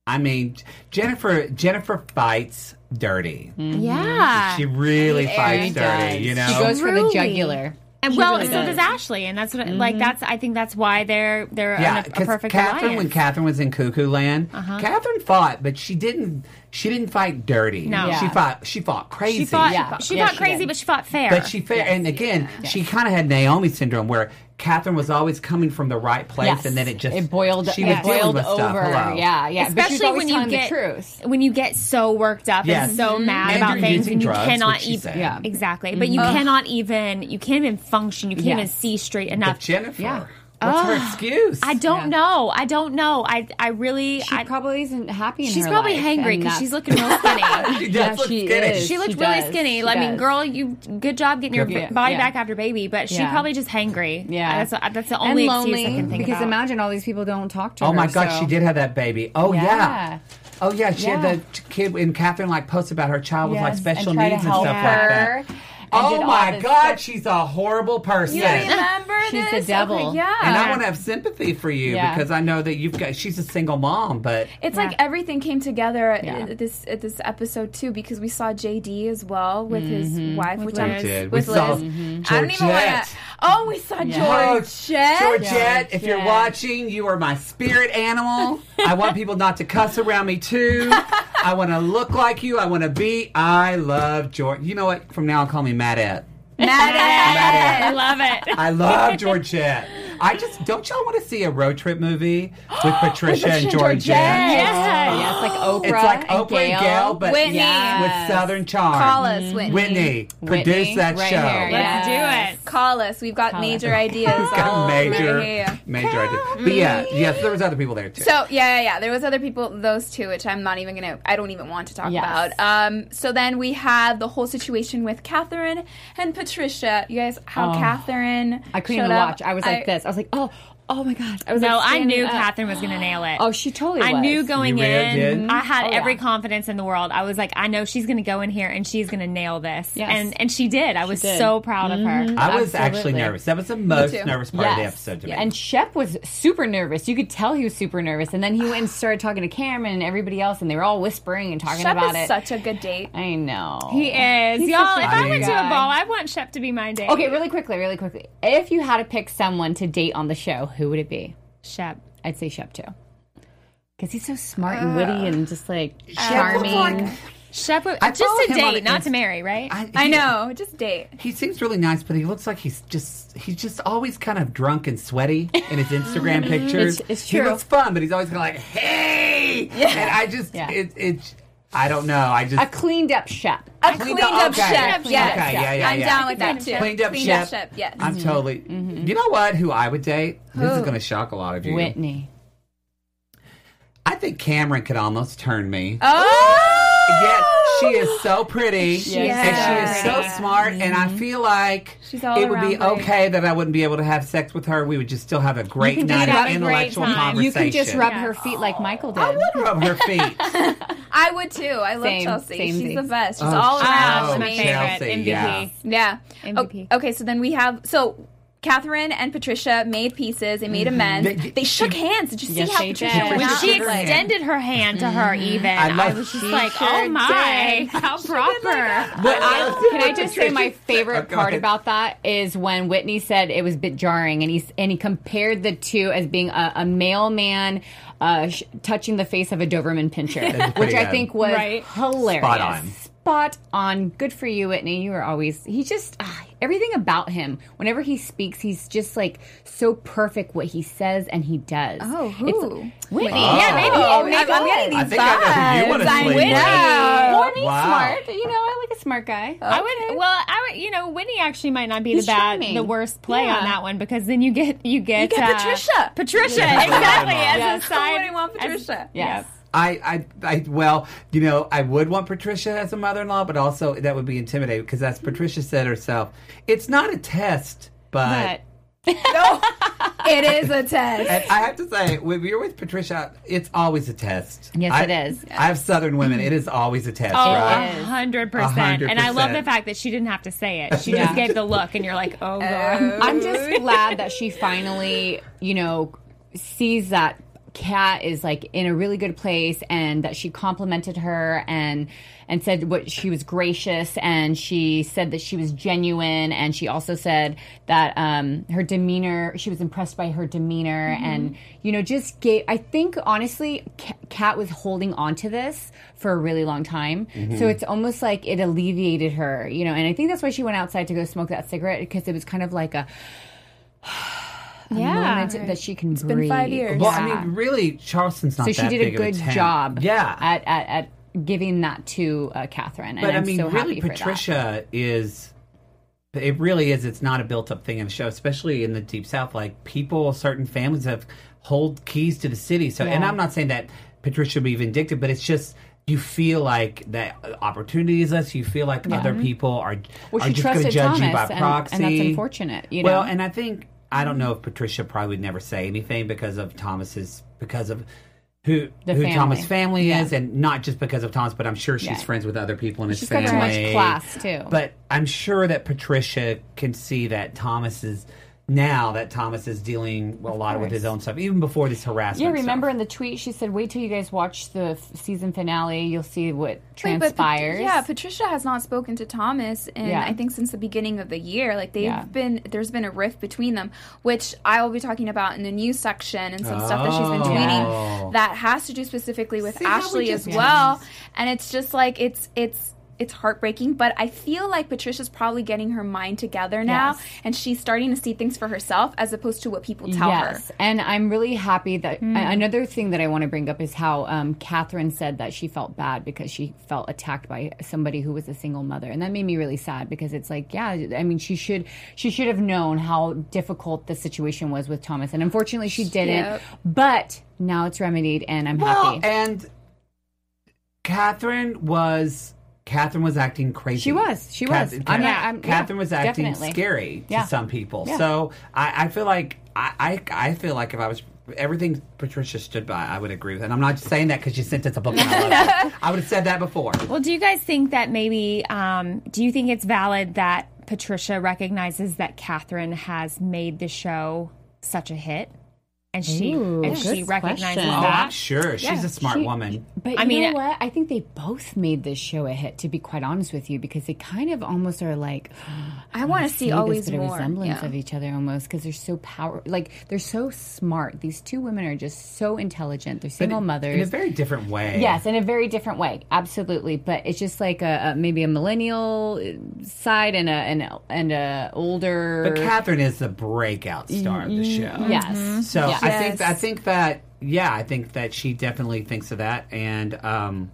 Speaker 5: I mean, Jennifer. Jennifer fights dirty.
Speaker 4: Yeah.
Speaker 5: She really fights dirty.
Speaker 6: does.
Speaker 5: You know.
Speaker 6: She goes for the
Speaker 4: Truly.
Speaker 6: jugular.
Speaker 4: And well,
Speaker 6: really
Speaker 4: so
Speaker 6: does. Mm-hmm.
Speaker 4: does. Ashley, and that's what like that's I think that's why they're they're an-
Speaker 5: yeah,
Speaker 4: a,
Speaker 5: because
Speaker 4: perfect
Speaker 5: Catherine,
Speaker 4: alliance.
Speaker 5: when Catherine was in Cuckoo Land,
Speaker 6: Uh-huh.
Speaker 5: Catherine fought, but she didn't. She didn't fight dirty.
Speaker 4: No.
Speaker 5: she
Speaker 6: Yeah.
Speaker 5: fought. She fought crazy.
Speaker 4: she fought,
Speaker 6: Yeah.
Speaker 4: she
Speaker 6: Yeah,
Speaker 4: fought
Speaker 6: she
Speaker 4: crazy,
Speaker 6: did.
Speaker 4: but she fought fair.
Speaker 5: But she fair, and again, she kind of had Naomi syndrome, where Catherine was always coming from the right place,
Speaker 6: Yes.
Speaker 5: and then it just
Speaker 6: it boiled.
Speaker 5: She
Speaker 6: it
Speaker 5: was dealing
Speaker 6: boiled
Speaker 5: with
Speaker 6: over.
Speaker 5: stuff. Hello.
Speaker 6: Yeah, yeah. but she was
Speaker 4: Especially
Speaker 6: always
Speaker 4: when you
Speaker 6: telling
Speaker 4: get
Speaker 6: the truth.
Speaker 4: when you get so worked up
Speaker 5: Yes.
Speaker 4: and
Speaker 6: Mm-hmm.
Speaker 4: so mad
Speaker 5: And
Speaker 4: about
Speaker 5: you're
Speaker 4: things,
Speaker 5: using
Speaker 4: and you
Speaker 5: drugs,
Speaker 4: cannot
Speaker 5: which she
Speaker 4: even
Speaker 5: said. Yeah.
Speaker 4: exactly. But
Speaker 6: Mm-hmm.
Speaker 4: you cannot even you can't even function. You can't even
Speaker 6: Yes.
Speaker 4: see straight
Speaker 5: But
Speaker 4: enough.
Speaker 5: Jennifer,
Speaker 6: Yeah.
Speaker 5: what's her excuse?
Speaker 4: I don't know. I don't know. I I really.
Speaker 6: She
Speaker 4: I,
Speaker 6: probably isn't happy. In
Speaker 4: she's
Speaker 6: her
Speaker 4: probably
Speaker 6: life,
Speaker 4: hangry
Speaker 6: and
Speaker 4: because
Speaker 6: that's-
Speaker 4: she's looking
Speaker 6: *laughs*
Speaker 4: real skinny.
Speaker 5: She
Speaker 6: Yeah,
Speaker 5: just looks
Speaker 6: she
Speaker 5: skinny.
Speaker 6: is.
Speaker 4: She looked
Speaker 6: She
Speaker 4: really
Speaker 6: does.
Speaker 4: skinny.
Speaker 6: She
Speaker 4: I mean,
Speaker 6: does.
Speaker 4: girl, you good job getting your
Speaker 6: Yeah.
Speaker 4: body
Speaker 6: Yeah.
Speaker 4: back after baby, but she
Speaker 6: Yeah.
Speaker 4: probably just hangry.
Speaker 6: Yeah.
Speaker 4: that's uh, that's the only
Speaker 6: and
Speaker 4: excuse
Speaker 6: lonely,
Speaker 4: I can think
Speaker 6: because
Speaker 4: about.
Speaker 6: imagine all these people don't talk to her.
Speaker 5: Oh my God,
Speaker 6: so-
Speaker 5: she did have that baby. Oh yeah.
Speaker 6: Yeah.
Speaker 5: Oh yeah, she
Speaker 6: Yeah.
Speaker 5: had the t- kid, and Catherine like posted about her child with like
Speaker 6: Yes,
Speaker 5: special
Speaker 6: and try to
Speaker 5: needs and
Speaker 6: help
Speaker 5: stuff
Speaker 6: her,
Speaker 5: like that.
Speaker 6: and did
Speaker 5: Oh
Speaker 6: all
Speaker 5: my
Speaker 6: this
Speaker 5: God,
Speaker 6: stuff.
Speaker 5: she's a horrible person.
Speaker 2: You remember
Speaker 6: *laughs* She's the
Speaker 2: this? Okay,
Speaker 6: devil.
Speaker 2: yeah.
Speaker 5: And I want to have sympathy for you
Speaker 6: Yeah.
Speaker 5: because I know that you've got. She's a single mom, but
Speaker 2: It's like
Speaker 4: Yeah.
Speaker 2: everything came together at-
Speaker 6: Yeah.
Speaker 2: at this at this episode too because we saw JD as well with
Speaker 6: Mm-hmm.
Speaker 2: his wife, which I'm
Speaker 5: Liz. We did. We
Speaker 2: with Liz.
Speaker 5: saw
Speaker 2: I don't even want
Speaker 5: Georgette.
Speaker 2: to. Oh, we saw
Speaker 5: Oh,
Speaker 2: Georgette.
Speaker 5: Georgette, if you're
Speaker 6: Georgette.
Speaker 5: watching, you are my spirit animal. I want people not to cuss around me too. I want to look like you. I want to be. I love George. You know what? From now on, call me Madette.
Speaker 2: Madette.
Speaker 4: I love
Speaker 6: *laughs*
Speaker 4: it.
Speaker 5: I love Georgette. I just don't y'all want to see a road trip movie with *gasps* Patricia and Georgette?
Speaker 6: Yeah, yeah, it's like Oprah.
Speaker 5: It's like
Speaker 6: and
Speaker 5: Oprah and Gail, but
Speaker 2: Whitney.
Speaker 5: with Southern charm.
Speaker 2: Call us, Whitney.
Speaker 5: Whitney, produce
Speaker 6: Whitney,
Speaker 5: that
Speaker 6: right
Speaker 5: show.
Speaker 6: here, yeah.
Speaker 4: Let's
Speaker 6: Yes.
Speaker 4: do it.
Speaker 2: Call us. We've got major ideas. all
Speaker 5: Got major,
Speaker 2: right here.
Speaker 5: major idea. But yeah, yeah. So there was other people there too.
Speaker 2: So yeah, yeah, yeah. There was other people, those two, which I'm not even gonna. I don't even want to talk
Speaker 6: Yes.
Speaker 2: about. Um. So then we had the whole situation with Catherine and Patricia. You guys, how Catherine?
Speaker 6: Oh, I couldn't
Speaker 2: showed
Speaker 6: even
Speaker 2: up.
Speaker 6: watch. I was like this. I was like, oh, oh my god. I was
Speaker 4: No,
Speaker 6: like
Speaker 4: I knew
Speaker 6: standing up.
Speaker 4: Catherine was going to nail it.
Speaker 6: Oh, she totally.
Speaker 4: I
Speaker 6: was.
Speaker 4: knew going
Speaker 5: You really
Speaker 4: in.
Speaker 5: did?
Speaker 4: I had
Speaker 6: Oh,
Speaker 4: every
Speaker 6: yeah.
Speaker 4: confidence in the world. I was like, I know she's going to go in here and she's going to nail this.
Speaker 6: Yes.
Speaker 4: And and she did. I was
Speaker 6: did. Mm-hmm.
Speaker 4: so proud of her.
Speaker 5: I was actually
Speaker 6: Absolutely.
Speaker 5: nervous. That was the most
Speaker 2: too.
Speaker 5: nervous part of the episode to me.
Speaker 6: Yeah, And Shep was super nervous. You could tell he was super nervous. And then
Speaker 5: *sighs*
Speaker 6: he went and started talking to Cameron and everybody else, and they were all whispering and talking
Speaker 2: Shep
Speaker 6: about
Speaker 2: is
Speaker 6: it.
Speaker 2: such a good date.
Speaker 6: I know.
Speaker 4: He is.
Speaker 6: He's
Speaker 4: Y'all,
Speaker 6: such a
Speaker 4: if I
Speaker 6: good
Speaker 4: went to
Speaker 6: guy.
Speaker 4: a ball, I want Shep to be my date.
Speaker 6: Okay, really quickly, really quickly. If you had to pick someone to date on the show, who would it be?
Speaker 4: Shep.
Speaker 6: I'd say Shep too. Because he's so smart and witty and just like
Speaker 5: Shep looks
Speaker 6: charming.
Speaker 5: like-
Speaker 4: Shep,
Speaker 5: I
Speaker 4: just
Speaker 5: follow
Speaker 4: to
Speaker 5: him on
Speaker 4: date,
Speaker 5: Inst-
Speaker 4: not to marry, right?
Speaker 2: I
Speaker 5: he-
Speaker 2: know. Just date.
Speaker 5: He seems really nice, but he looks like he's just he's just always kind of drunk and sweaty in his
Speaker 6: *laughs*
Speaker 5: Instagram pictures.
Speaker 6: It's- it's
Speaker 5: He
Speaker 6: true.
Speaker 5: looks fun, but he's always kind of like, "Hey," and I just
Speaker 6: Yeah.
Speaker 5: it it I don't know. I just
Speaker 6: A cleaned up Shep.
Speaker 2: A
Speaker 5: Cleaned
Speaker 2: cleaned
Speaker 5: up-
Speaker 2: up
Speaker 5: okay.
Speaker 2: chef.
Speaker 5: Okay,
Speaker 2: Yes.
Speaker 5: yeah, yeah, yeah,
Speaker 2: I'm
Speaker 5: yeah.
Speaker 2: down with that too.
Speaker 5: cleaned up
Speaker 2: cleaned
Speaker 5: chef.
Speaker 2: up chef. Yes.
Speaker 5: I'm totally. You know what? Who I would date? This is
Speaker 2: Who?
Speaker 5: going to shock a lot of you.
Speaker 6: Whitney.
Speaker 5: I think Cameron could almost turn me.
Speaker 2: oh.
Speaker 5: Yes, she is so pretty.
Speaker 6: She
Speaker 2: is
Speaker 5: And she is
Speaker 2: so
Speaker 5: so
Speaker 2: pretty.
Speaker 5: smart. And I feel like
Speaker 2: She's all
Speaker 5: it would be
Speaker 2: around great.
Speaker 5: okay that I wouldn't be able to have sex with her. We would just still have a great
Speaker 4: can
Speaker 5: night
Speaker 4: just
Speaker 5: of
Speaker 4: have a great
Speaker 5: intellectual
Speaker 4: time.
Speaker 5: conversation.
Speaker 6: You can just rub
Speaker 4: Yeah.
Speaker 6: her feet like Michael did.
Speaker 5: I would rub her feet.
Speaker 2: I would too. I love
Speaker 6: Same-
Speaker 2: Chelsea.
Speaker 6: same
Speaker 2: She's the
Speaker 6: thing.
Speaker 2: best. She's
Speaker 5: Oh,
Speaker 2: all around
Speaker 5: Chelsea.
Speaker 4: That's my
Speaker 2: amazing.
Speaker 4: favorite.
Speaker 5: Chelsea,
Speaker 4: MVP.
Speaker 5: yeah.
Speaker 2: Yeah.
Speaker 4: MVP.
Speaker 2: O- okay, so then we have so Catherine and Patricia made pieces. They
Speaker 4: Mm-hmm.
Speaker 2: made amends.
Speaker 5: They-
Speaker 2: They, shook hands. Did you
Speaker 6: Yes,
Speaker 2: see how
Speaker 6: they did.
Speaker 2: Patricia
Speaker 6: When
Speaker 2: went
Speaker 4: When
Speaker 2: out
Speaker 4: she
Speaker 2: with, like-
Speaker 4: extended her hand to her, even I,
Speaker 5: love-
Speaker 4: was just
Speaker 5: She
Speaker 4: like, "Oh my, how proper!"
Speaker 5: But I,
Speaker 6: Can I just say my
Speaker 5: Oh,
Speaker 6: favorite
Speaker 5: go
Speaker 6: part
Speaker 5: ahead.
Speaker 6: about that is when Whitney said it was a bit jarring, and he and he compared the two as being a, a mailman uh, sh- touching the face of a Doberman
Speaker 5: That's
Speaker 6: Pinscher,
Speaker 5: pretty
Speaker 6: which I
Speaker 5: good.
Speaker 6: think was
Speaker 4: Right.
Speaker 6: hilarious.
Speaker 5: Spot on.
Speaker 6: Spot on. Good for you, Whitney. You are always. He just ah, everything about him. Whenever he speaks, he's just like so perfect what he says and he does.
Speaker 2: Oh, who?
Speaker 6: It's, Whitney.
Speaker 5: Oh.
Speaker 6: Yeah, maybe.
Speaker 2: Oh,
Speaker 6: maybe.
Speaker 2: I'm- I'm getting
Speaker 5: I
Speaker 2: these
Speaker 5: think I know who you
Speaker 2: vibes.
Speaker 5: want to
Speaker 2: I'm
Speaker 5: sleep
Speaker 2: with
Speaker 5: with.
Speaker 2: you.
Speaker 6: Whitney's
Speaker 5: Wow.
Speaker 6: smart. You know, I like a smart guy.
Speaker 4: I would. Well, I would. You know, Whitney actually might not be
Speaker 6: He's
Speaker 4: the bad,
Speaker 6: charming.
Speaker 4: the worst play
Speaker 6: Yeah.
Speaker 4: on that one because then you get you get,
Speaker 2: get
Speaker 4: uh,
Speaker 2: Patricia.
Speaker 4: Patricia
Speaker 5: Yeah.
Speaker 4: exactly
Speaker 5: Yeah.
Speaker 4: as
Speaker 6: Yeah.
Speaker 4: a side.
Speaker 2: Somebody want
Speaker 4: as-
Speaker 2: Patricia.
Speaker 6: Yes.
Speaker 5: I, I, I, well, you know, I would want Patricia as a mother-in-law, but also that would be intimidating because, as Patricia said herself, it's not a test, but,
Speaker 6: But
Speaker 2: It is a test.
Speaker 5: and I have to say, when you're with Patricia, it's always a test.
Speaker 6: Yes,
Speaker 5: I,
Speaker 6: it is.
Speaker 5: I have Southern women; it is always a test,
Speaker 4: Oh,
Speaker 5: right?
Speaker 4: a hundred percent. And I love the
Speaker 5: 100%.
Speaker 4: fact that she didn't have to say it. She
Speaker 6: Yeah.
Speaker 4: just gave the look, and you're like, "Oh god."
Speaker 6: I'm just glad that she finally, you know, sees that Kat is like in a really good place and that she complimented her and and said what she was gracious and she said that she was genuine and she also said that um her demeanor she was impressed by her demeanor
Speaker 5: Mm-hmm.
Speaker 6: and you know just gave I think honestly Ka- Kat was holding on to this for a really long time
Speaker 5: Mm-hmm.
Speaker 6: so it's almost like it alleviated her you know and I think that's why she went outside to go smoke that cigarette because it was kind of like a
Speaker 4: yeah.
Speaker 6: moment that she can breathe.
Speaker 2: been five years.
Speaker 5: Well, I mean, really, Charleston's not
Speaker 6: so
Speaker 5: that
Speaker 6: she did a
Speaker 5: big
Speaker 6: good
Speaker 5: of a town.
Speaker 6: job.
Speaker 5: Yeah,
Speaker 6: At, at, at giving that to uh, Catherine,
Speaker 5: but
Speaker 6: and
Speaker 5: I
Speaker 6: I'm
Speaker 5: mean,
Speaker 6: so
Speaker 5: really,
Speaker 6: happy for
Speaker 5: Patricia is. It really is. It's not a built-up thing in the show, especially in the Deep South. Like people, certain families have hold keys to the city. So, and
Speaker 6: Yeah.
Speaker 5: I'm not saying that Patricia would be vindictive, but it's just you feel like that opportunity is less. You feel like other people are
Speaker 6: Well,
Speaker 5: are
Speaker 6: she
Speaker 5: just going to
Speaker 6: trusted
Speaker 5: judge you
Speaker 6: Thomas,
Speaker 5: by
Speaker 6: and- and
Speaker 5: proxy,
Speaker 6: that's unfortunate, you
Speaker 5: Well,
Speaker 6: know?
Speaker 5: and I think I don't know if Patricia probably would never say anything because of Thomas's because of. Who,
Speaker 6: The
Speaker 5: who Thomas'
Speaker 6: family.
Speaker 5: family
Speaker 6: Yeah.
Speaker 5: is, and not just because of Thomas, but I'm sure she's
Speaker 6: Yeah.
Speaker 5: friends with other people in his
Speaker 6: She's got
Speaker 5: family.
Speaker 6: so much class, too.
Speaker 5: But I'm sure that Patricia can see that Thomas is now that Thomas is dealing a lot with his own stuff, even before this harassment.
Speaker 6: Yeah, remember
Speaker 5: stuff.
Speaker 6: in the tweet she said, "Wait till you guys watch the f- season finale. You'll see what
Speaker 2: Wait, but Pat-
Speaker 6: transpires."
Speaker 2: yeah, Patricia has not spoken to Thomas, and
Speaker 6: Yeah.
Speaker 2: I think since the beginning of the year, like they've
Speaker 6: Yeah.
Speaker 2: been there's been a rift between them, which I will be talking about in the news section and some stuff that she's been
Speaker 5: Oh.
Speaker 2: tweeting that has to do specifically with
Speaker 5: See how we
Speaker 2: Ashley
Speaker 5: just
Speaker 2: as well. And it's just like it's it's it's heartbreaking, but I feel like Patricia's probably getting her mind together now,
Speaker 6: Yes.
Speaker 2: and she's starting to see things for herself as opposed to what people tell her. Hmm.
Speaker 6: yes, and I'm really happy that a- another thing that I want to bring up is how um, Catherine said that she felt bad because she felt attacked by somebody who was a single mother, and that made me really sad because it's like, yeah, I mean, she should she should have known how difficult the situation was with Thomas, and unfortunately, she didn't.
Speaker 2: Yep.
Speaker 6: But now it's remedied, and I'm
Speaker 5: Well,
Speaker 6: happy.
Speaker 5: and Catherine was Catherine was acting crazy.
Speaker 6: She was. She was.
Speaker 5: Cath-
Speaker 6: I'm
Speaker 5: Ca-
Speaker 6: not- I'm- yeah,
Speaker 5: Catherine was acting
Speaker 6: definitely.
Speaker 5: scary
Speaker 6: Yeah.
Speaker 5: to some people.
Speaker 6: Yeah.
Speaker 5: So I, I feel like I, I I feel like if I was everything Patricia stood by, I would agree with. And I'm not just saying that because she sent us a book. and I,
Speaker 6: *laughs*
Speaker 5: love it. I would have said that before.
Speaker 4: Well, do you guys think that maybe, um, do you think it's valid that Patricia recognizes that Catherine has made the show such a hit? and she
Speaker 6: Ooh,
Speaker 4: and
Speaker 6: good
Speaker 4: she recognizes
Speaker 6: question.
Speaker 5: Oh, I'm
Speaker 4: that.
Speaker 5: sure. She's a smart
Speaker 6: She-
Speaker 5: woman.
Speaker 6: But you
Speaker 4: I mean,
Speaker 6: know
Speaker 4: it-
Speaker 6: what? I think they both made this show a hit. To be quite honest with you, because they kind of almost are like
Speaker 2: I want to see always
Speaker 6: this bit
Speaker 2: more.
Speaker 6: of resemblance
Speaker 2: Yeah.
Speaker 6: of each other almost because they're so power. Like they're so smart. These two women are just so intelligent. They're single mothers.
Speaker 5: In a very different way.
Speaker 6: Yes, in a very different way, absolutely. But it's just like a, a maybe a millennial uh, side and a and a, and a older.
Speaker 5: But Catherine is the breakout star of the show.
Speaker 6: yes.
Speaker 5: So
Speaker 6: Yes.
Speaker 5: I think I think that yeah, I think that she definitely thinks of that, and um,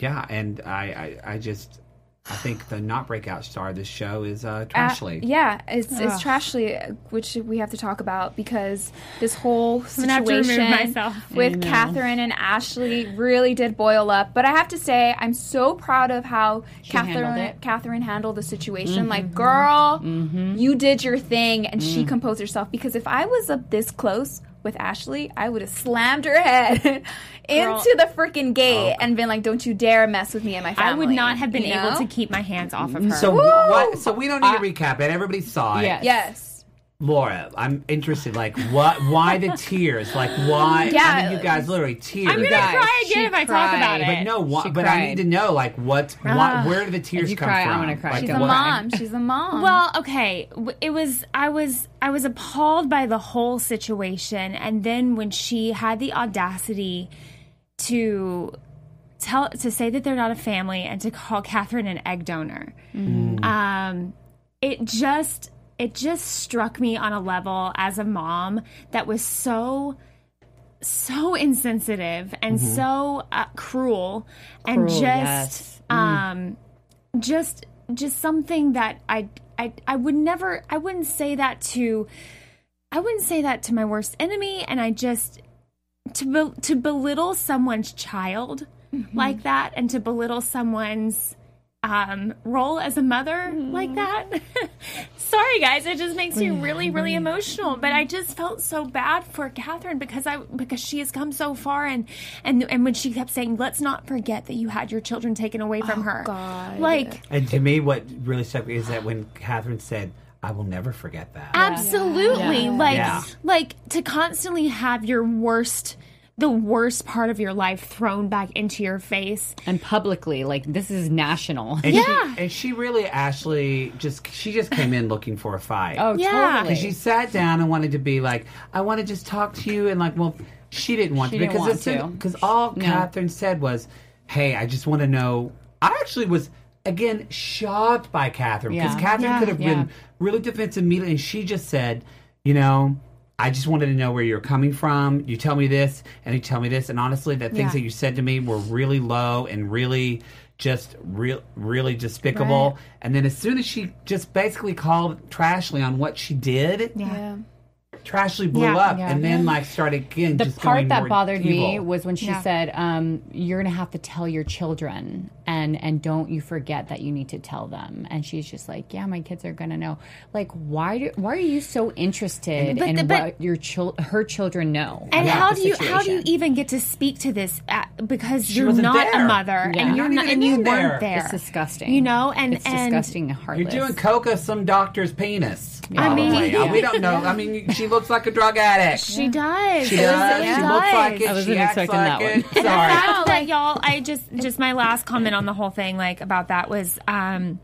Speaker 5: yeah, and I I, I just I think the not breakout star of this show is uh,
Speaker 2: Uh,
Speaker 5: Trashley.
Speaker 2: yeah, it's it's Trashley, uh, which we have to talk about because this whole
Speaker 4: gonna have to remove
Speaker 2: situation
Speaker 4: myself.
Speaker 2: with Catherine and Ashley really did boil up. But I have to say, I'm so proud of how Catherine
Speaker 6: handled it. Mm-hmm.
Speaker 2: Catherine handled the situation. Like, girl, you did your thing, and
Speaker 6: Mm.
Speaker 2: she composed herself. Because if I was up this close. With Ashley, I would have slammed her head *laughs* into the freaking gate
Speaker 6: Oh.
Speaker 2: and been like, "Don't you dare mess with me and my family."
Speaker 4: I would not have been
Speaker 2: you
Speaker 4: able
Speaker 2: know?
Speaker 4: to keep my hands off
Speaker 6: Mm,
Speaker 4: of her.
Speaker 5: So what? So we don't need to recap it. Everybody saw it.
Speaker 6: Yes.
Speaker 2: Yes.
Speaker 5: Laura, I'm interested. Like, what? Why the tears? Like, why? I
Speaker 2: Yeah.
Speaker 5: mean, you guys literally tears.
Speaker 4: I'm gonna
Speaker 6: guys,
Speaker 4: cry
Speaker 6: she
Speaker 4: again if I talk about
Speaker 6: cried.
Speaker 5: But
Speaker 4: it.
Speaker 5: no, why,
Speaker 6: She
Speaker 5: but I
Speaker 6: cried.
Speaker 5: need to know like what's why, where do the tears
Speaker 6: you
Speaker 5: come
Speaker 6: cry, I
Speaker 5: from?
Speaker 6: wanna cry.
Speaker 5: Like,
Speaker 6: She's
Speaker 2: She's
Speaker 5: what-
Speaker 2: a mom. She's a mom.
Speaker 4: Well, okay. W- It was I was I was appalled by the whole situation, and then when she had the audacity to tell to say that they're not a family and to call Catherine an egg donor, um, it just it just struck me on a level as a mom that was so so insensitive and so uh, cruel, and just
Speaker 6: yes.
Speaker 4: um just just something that I I I would never I wouldn't say that to I wouldn't say that to my worst enemy and I just to bel to belittle someone's child like that and to belittle someone's um role as a mother like that. *laughs* Sorry guys, it just makes me really really emotional, but I just felt so bad for Catherine because I because she has come so far and and and when she kept saying let's not forget that you had your children taken away from her.
Speaker 2: God.
Speaker 4: Like
Speaker 5: And to me, what really struck me is that when Catherine said, "I will never forget that,"
Speaker 6: Uh,
Speaker 4: Absolutely. Like
Speaker 5: Yeah.
Speaker 4: like to constantly have your worst the worst part of your life thrown back into your face.
Speaker 6: and publicly, like this is national.
Speaker 5: And
Speaker 4: Yeah.
Speaker 5: She, and she really, Ashley, just she just came in looking for a fight.
Speaker 6: *laughs* Oh,
Speaker 4: Yeah.
Speaker 6: totally.
Speaker 4: And
Speaker 5: she sat down and wanted to be like, I want to just talk to you, and like, well, she didn't want
Speaker 6: She
Speaker 5: to
Speaker 6: didn't
Speaker 5: because
Speaker 6: want to.
Speaker 5: because all Catherine said was, "Hey, I just want to know." I actually was again shocked by Catherine because
Speaker 6: Yeah.
Speaker 5: Catherine
Speaker 4: Yeah.
Speaker 5: could have been really defensive immediately, and she just said, "You know." I just wanted to know where you're coming from. You tell me this, and you tell me this, and honestly, the things
Speaker 4: Yeah.
Speaker 5: that you said to me were really low and really, just real, really despicable. And then, as soon as she just basically called Trashley on what she did,
Speaker 2: yeah.
Speaker 5: Trashly blew
Speaker 4: Yeah.
Speaker 5: up and then like started again.
Speaker 6: the
Speaker 5: just
Speaker 6: part
Speaker 5: going
Speaker 6: that
Speaker 5: more
Speaker 6: bothered me
Speaker 5: evil.
Speaker 6: was when she
Speaker 4: Yeah.
Speaker 6: said, um, "You're gonna have to tell your children, and and don't you forget that you need to tell them." And she's just like, "Yeah, my kids are gonna know." Like, why do, why are you so interested
Speaker 4: But
Speaker 6: in
Speaker 4: the- but-
Speaker 6: what your chil- her children know?
Speaker 4: And
Speaker 6: about
Speaker 4: how
Speaker 6: the
Speaker 4: do you how do you
Speaker 6: situation?
Speaker 4: even get to speak to this at, because you're
Speaker 5: wasn't
Speaker 4: not
Speaker 5: there.
Speaker 4: a mother
Speaker 6: Yeah.
Speaker 4: and
Speaker 6: You're
Speaker 5: not
Speaker 4: you're not
Speaker 5: even
Speaker 4: and you
Speaker 5: in there.
Speaker 4: weren't there.
Speaker 6: It's disgusting.
Speaker 4: You know, and
Speaker 6: it's
Speaker 4: and
Speaker 6: disgusting and
Speaker 5: You're
Speaker 6: heartless.
Speaker 5: doing coke of some doctor's penis.
Speaker 6: I
Speaker 5: probably.
Speaker 4: mean- *laughs*
Speaker 5: Uh, we don't know. I mean, she looks like a drug addict.
Speaker 4: she does.
Speaker 5: She does.
Speaker 4: She
Speaker 5: She looks like it.
Speaker 4: does.
Speaker 5: she
Speaker 6: wasn't
Speaker 5: acts
Speaker 6: expecting
Speaker 5: like
Speaker 6: that
Speaker 5: it. Sorry.
Speaker 6: one.
Speaker 4: The *laughs* fact that y'all, I just just my last comment on the whole thing, like about that was, um,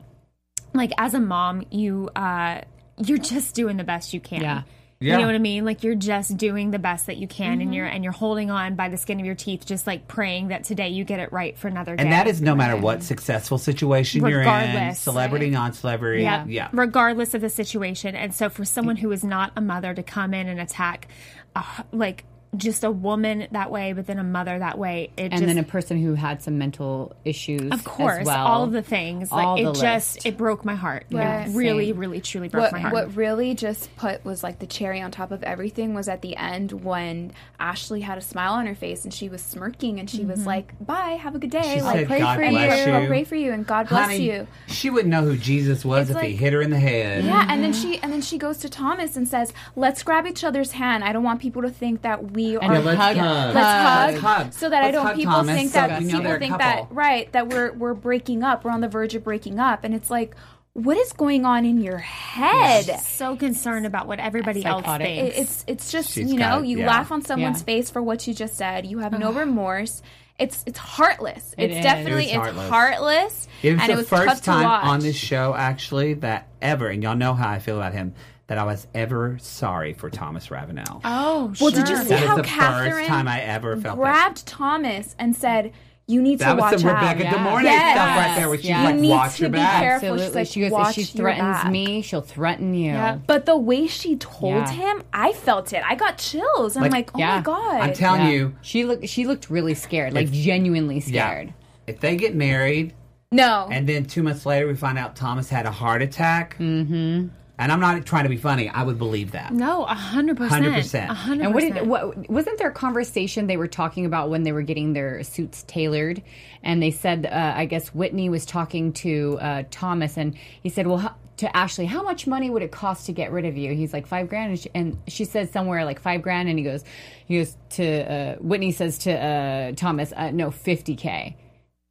Speaker 4: like as a mom, you uh, you're just doing the best you can.
Speaker 6: Yeah.
Speaker 5: Yeah.
Speaker 4: You know what I mean? Like you're just doing the best that you can,
Speaker 6: Mm-hmm.
Speaker 4: and you're and you're holding on by the skin of your teeth, just like praying that today you get it right for another day.
Speaker 5: and that is no matter what successful situation you're in,
Speaker 4: Regardless.
Speaker 5: celebrity, non-celebrity,
Speaker 4: Yeah.
Speaker 5: yeah.
Speaker 4: Regardless of the situation. And so for someone who is not a mother to come in and attack uh, like just a woman that way, but then a mother that way, it
Speaker 6: and
Speaker 4: just
Speaker 6: then a person who had some mental issues.
Speaker 4: of course
Speaker 6: as well.
Speaker 4: all of the things like
Speaker 6: All
Speaker 4: it
Speaker 6: the
Speaker 4: just
Speaker 6: list.
Speaker 4: it broke my heart
Speaker 2: Yeah,
Speaker 4: it really
Speaker 6: same.
Speaker 4: really truly broke
Speaker 2: What,
Speaker 4: my heart
Speaker 2: what really just put was like the cherry on top of everything was at the end when Ashley had a smile on her face and she was smirking and she was like, "Bye, have a good day."
Speaker 5: Mm-hmm. She
Speaker 2: like,
Speaker 5: said,
Speaker 2: pray
Speaker 5: "God
Speaker 2: for
Speaker 5: bless
Speaker 2: you.
Speaker 5: you."
Speaker 2: I'll pray for you, and God bless
Speaker 5: Honey,
Speaker 2: you."
Speaker 5: she wouldn't know who Jesus was
Speaker 2: It's
Speaker 5: if he
Speaker 2: like-
Speaker 5: hit her in the head.
Speaker 2: Yeah, and then she and then she goes to Thomas and says, "Let's grab each other's hand. I don't want people to think that we are.
Speaker 5: Yeah, let's hug.
Speaker 2: Let's
Speaker 5: Let's
Speaker 2: hug,
Speaker 5: hug.
Speaker 2: so that I
Speaker 5: Let's
Speaker 2: don't
Speaker 5: hug
Speaker 2: people
Speaker 5: Thomas
Speaker 2: think
Speaker 5: so
Speaker 2: that
Speaker 5: we know
Speaker 2: people
Speaker 5: they're a
Speaker 2: think
Speaker 5: couple.
Speaker 2: that right that we're we're breaking up. We're on the verge of breaking up, and it's like,
Speaker 7: what is going on in your head?
Speaker 4: so concerned about what everybody else
Speaker 6: Psychotic.
Speaker 4: thinks.
Speaker 7: It- It's it's just
Speaker 5: She's
Speaker 7: you know
Speaker 5: got it,
Speaker 7: you
Speaker 5: yeah.
Speaker 7: laugh on someone's
Speaker 6: Yeah.
Speaker 7: face for what you just said. You have no remorse. It's it's heartless.
Speaker 6: It
Speaker 7: it's
Speaker 6: is.
Speaker 7: definitely
Speaker 5: It's
Speaker 7: it's
Speaker 5: heartless.
Speaker 7: heartless,
Speaker 5: It was
Speaker 7: and
Speaker 5: the
Speaker 7: it was tough
Speaker 5: first
Speaker 7: to
Speaker 5: time
Speaker 7: watch.
Speaker 5: on this show, actually, that ever, and y'all know how I feel about him, that I was ever sorry for Thomas Ravenel.
Speaker 4: oh,
Speaker 7: Well, did you
Speaker 4: sure.
Speaker 7: see
Speaker 5: that
Speaker 7: how
Speaker 5: was the
Speaker 7: Catherine
Speaker 5: first time I ever felt that.
Speaker 7: grabbed Thomas and said, "You need
Speaker 5: That
Speaker 7: to watch
Speaker 5: was some
Speaker 7: out."
Speaker 5: Rebecca De
Speaker 6: Yeah.
Speaker 5: Mornay
Speaker 7: Yes.
Speaker 5: stuff right there, where she's
Speaker 6: You
Speaker 5: like,
Speaker 7: need
Speaker 5: watch
Speaker 7: to
Speaker 5: your
Speaker 7: be
Speaker 5: back.
Speaker 7: careful. She's like,
Speaker 6: she goes,
Speaker 7: "Watch
Speaker 6: if she
Speaker 7: your
Speaker 6: threatens
Speaker 7: back."
Speaker 6: me, she'll threaten you.
Speaker 4: Yeah.
Speaker 7: But the way she told
Speaker 6: Yeah.
Speaker 7: him, I felt it. I got chills. I'm
Speaker 5: Like-
Speaker 7: like, oh
Speaker 6: Yeah.
Speaker 7: my god.
Speaker 5: I'm telling
Speaker 6: Yeah.
Speaker 5: you,
Speaker 6: she looked. She looked really scared, like genuinely scared.
Speaker 5: yeah, if they get married,
Speaker 7: no.
Speaker 5: and then two months later we find out Thomas had a heart attack, mm-hmm. and I'm not trying to be funny, I would believe that.
Speaker 4: No, a hundred percent,
Speaker 5: 100%.
Speaker 4: a hundred
Speaker 6: And what
Speaker 4: percent.
Speaker 6: did what wasn't there a conversation they were talking about when they were getting their suits tailored? And they said, uh, I guess Whitney was talking to uh, Thomas, and he said, "Well, how, to Ashley, how much money would it cost to get rid of you?" He's like five grand, and she, and she says somewhere like five grand, and he goes, he goes to uh, Whitney says to uh, Thomas, uh, "No, fifty k,"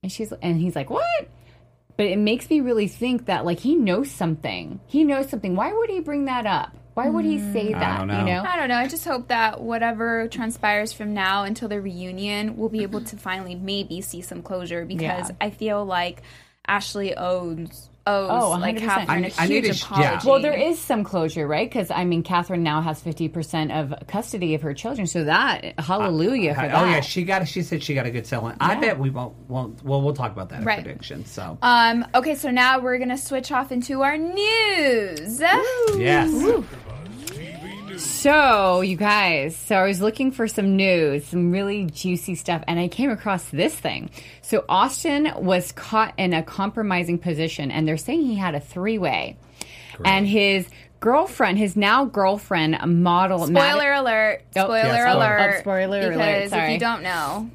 Speaker 6: and she's and he's like, "What?" But it makes me really think that like he knows something. He knows something. Why would he bring that up? Why would he say that?
Speaker 5: Mm. don't
Speaker 6: You
Speaker 5: know.
Speaker 6: know.
Speaker 7: I don't know. I just hope that whatever transpires from now until the reunion, we'll be able to finally maybe see some closure because
Speaker 6: Yeah.
Speaker 7: I feel like Ashley owns owes
Speaker 6: Oh,
Speaker 7: like
Speaker 6: 100%.
Speaker 7: Catherine a
Speaker 5: I- I need
Speaker 7: huge
Speaker 5: to sh- yeah.
Speaker 7: apology.
Speaker 6: Well, there is some closure, right? Because I mean, Catherine now has fifty percent of custody of her children, so that hallelujah for
Speaker 5: Oh
Speaker 6: that.
Speaker 5: yeah, she got. She said she got a good selling. I bet we won't. Won't. Well, we'll talk about that in
Speaker 7: Right.
Speaker 5: prediction. So
Speaker 7: Um, okay, so now we're gonna switch off into our news.
Speaker 5: yes,
Speaker 6: so you guys, so I was looking for some news, some really juicy stuff, and I came across this thing. So Austin was caught in a compromising position, and they're saying he had a three-way, and his girlfriend, his now girlfriend, a model.
Speaker 7: Spoiler alert!
Speaker 6: Oh,
Speaker 7: Spoiler
Speaker 5: yeah, spoiler.
Speaker 7: alert!
Speaker 6: Oh, spoiler alert,
Speaker 7: Because if
Speaker 6: sorry.
Speaker 7: you
Speaker 6: *laughs*
Speaker 7: don't know,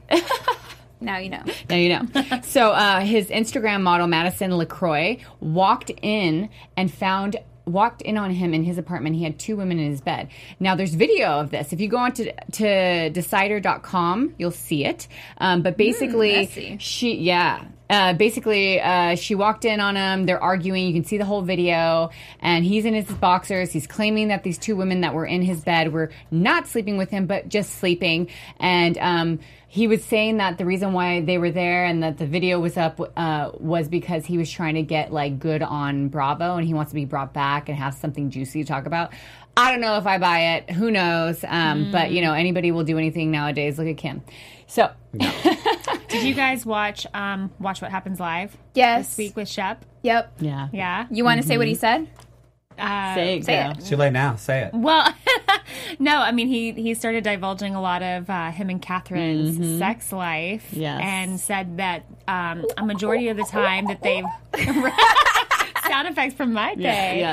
Speaker 7: now you know.
Speaker 6: Now you know. so uh, his Instagram model Madison Lacroix walked in and found walked in on him in his apartment. He had two women in his bed. Now there's video of this. If you go on to to decider.com, you'll see it. Um, but basically,
Speaker 7: messy.
Speaker 6: she yeah. Uh, basically, uh, she walked in on him. They're arguing. You can see the whole video, and he's in his boxers. He's claiming that these two women that were in his bed were not sleeping with him, but just sleeping. And um, he was saying that the reason why they were there and that the video was up uh, was because he was trying to get like good on Bravo, and he wants to be brought back and have something juicy to talk about. I don't know if I buy it. Who knows? Um, But you know, anybody will do anything nowadays. Look at Kim. So.
Speaker 4: Did you guys watch um watch what happens live
Speaker 7: Yes.
Speaker 4: this week with Shep?
Speaker 7: Yep.
Speaker 6: Yeah. Mm-hmm.
Speaker 4: Yeah.
Speaker 7: You want to say what he said?
Speaker 6: Say it,
Speaker 7: Say
Speaker 6: girl.
Speaker 7: it.
Speaker 5: it's too late now. Say it.
Speaker 4: Well, no, I mean he he started divulging a lot of uh, him and Catherine's sex life,
Speaker 6: Yes.
Speaker 4: and said that um, a majority of the time that they've *laughs* sound effects from my day,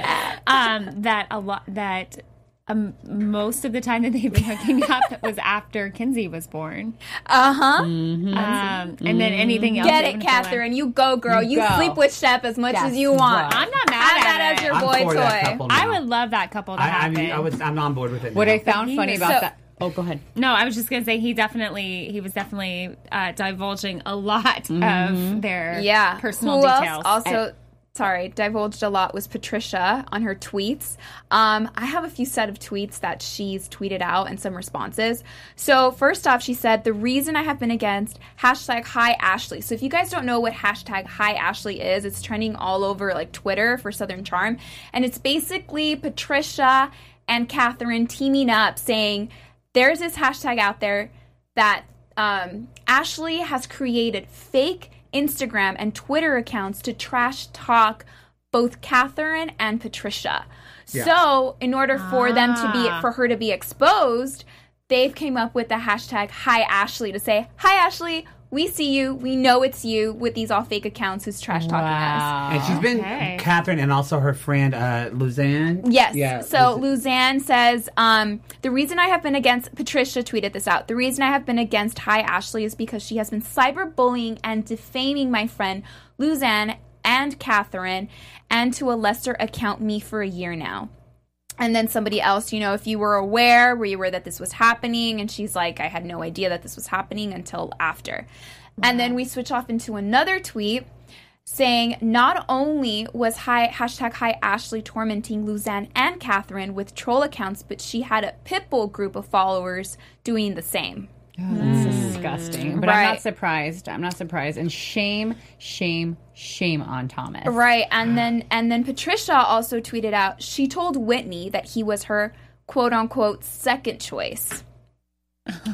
Speaker 4: um, that a lot that. Um, most of the time that they've been hooking up *laughs* was after Kinsey was born,
Speaker 7: Uh huh.
Speaker 6: Uh-huh.
Speaker 4: um, and then anything else.
Speaker 7: Get
Speaker 4: that
Speaker 7: it,
Speaker 4: wouldn't have been-
Speaker 7: Catherine. You go, girl. You
Speaker 6: go.
Speaker 7: sleep with Shep as much
Speaker 6: That's
Speaker 7: as you
Speaker 6: right.
Speaker 7: want.
Speaker 4: I'm not mad
Speaker 7: Add
Speaker 4: at
Speaker 7: that
Speaker 4: it.
Speaker 7: as your
Speaker 5: I'm
Speaker 7: boy
Speaker 5: for that
Speaker 7: toy.
Speaker 5: couple now.
Speaker 4: I would love that couple to
Speaker 5: I, I
Speaker 4: happen.
Speaker 5: mean, I was. I'm on board with it.
Speaker 6: What
Speaker 5: now.
Speaker 6: I found
Speaker 4: he
Speaker 6: funny
Speaker 4: was
Speaker 6: about
Speaker 7: so-
Speaker 6: that. Oh, go ahead.
Speaker 4: No, I was just gonna say he definitely he was definitely uh, divulging a lot of their
Speaker 7: Mm-hmm. Yeah.
Speaker 4: personal
Speaker 7: Who
Speaker 4: details.
Speaker 7: Else? Also, sorry, divulged a lot was Patricia on her tweets. Um, I have a few set of tweets that she's tweeted out and some responses. So first off, she said the reason I have been against hashtag Hi Ashley. So if you guys don't know what hashtag Hi Ashley is, it's trending all over like Twitter for Southern Charm, and it's basically Patricia and Catherine teaming up saying there's this hashtag out there that um, Ashley has created fake Instagram and Twitter accounts to trash talk both Catherine and Patricia. So, in order for them to
Speaker 4: Ah.
Speaker 7: be for her to be exposed, they've came up with the hashtag Hi Ashley to say Hi Ashley. We see you. We know it's you with these all fake accounts who's trash talking us.
Speaker 6: Wow.
Speaker 5: And she's been
Speaker 4: Okay.
Speaker 5: Catherine and also her friend uh, Luzanne.
Speaker 7: Yes.
Speaker 5: Yeah,
Speaker 7: so
Speaker 5: Luz-
Speaker 7: Luzanne says, um, the reason I have been against Patricia tweeted this out. The reason I have been against Hi Ashley is because she has been cyberbullying and defaming my friend Luzanne and Catherine, and to a lesser account me for a year now. And then somebody else, you know, if you were aware, were you aware that this was happening? And she's like, I had no idea that this was happening until after. And then we switch off into another tweet saying not only was high, hashtag high Ashley tormenting Luzanne and Catherine with troll accounts, but she had a pitbull group of followers doing the same.
Speaker 6: disgusting. But I'm
Speaker 7: Right.
Speaker 6: not surprised. I'm not surprised. And shame, shame, shame on Thomas.
Speaker 7: Right, and then and then Patricia also tweeted out she told Whitney that he was her quote unquote second choice.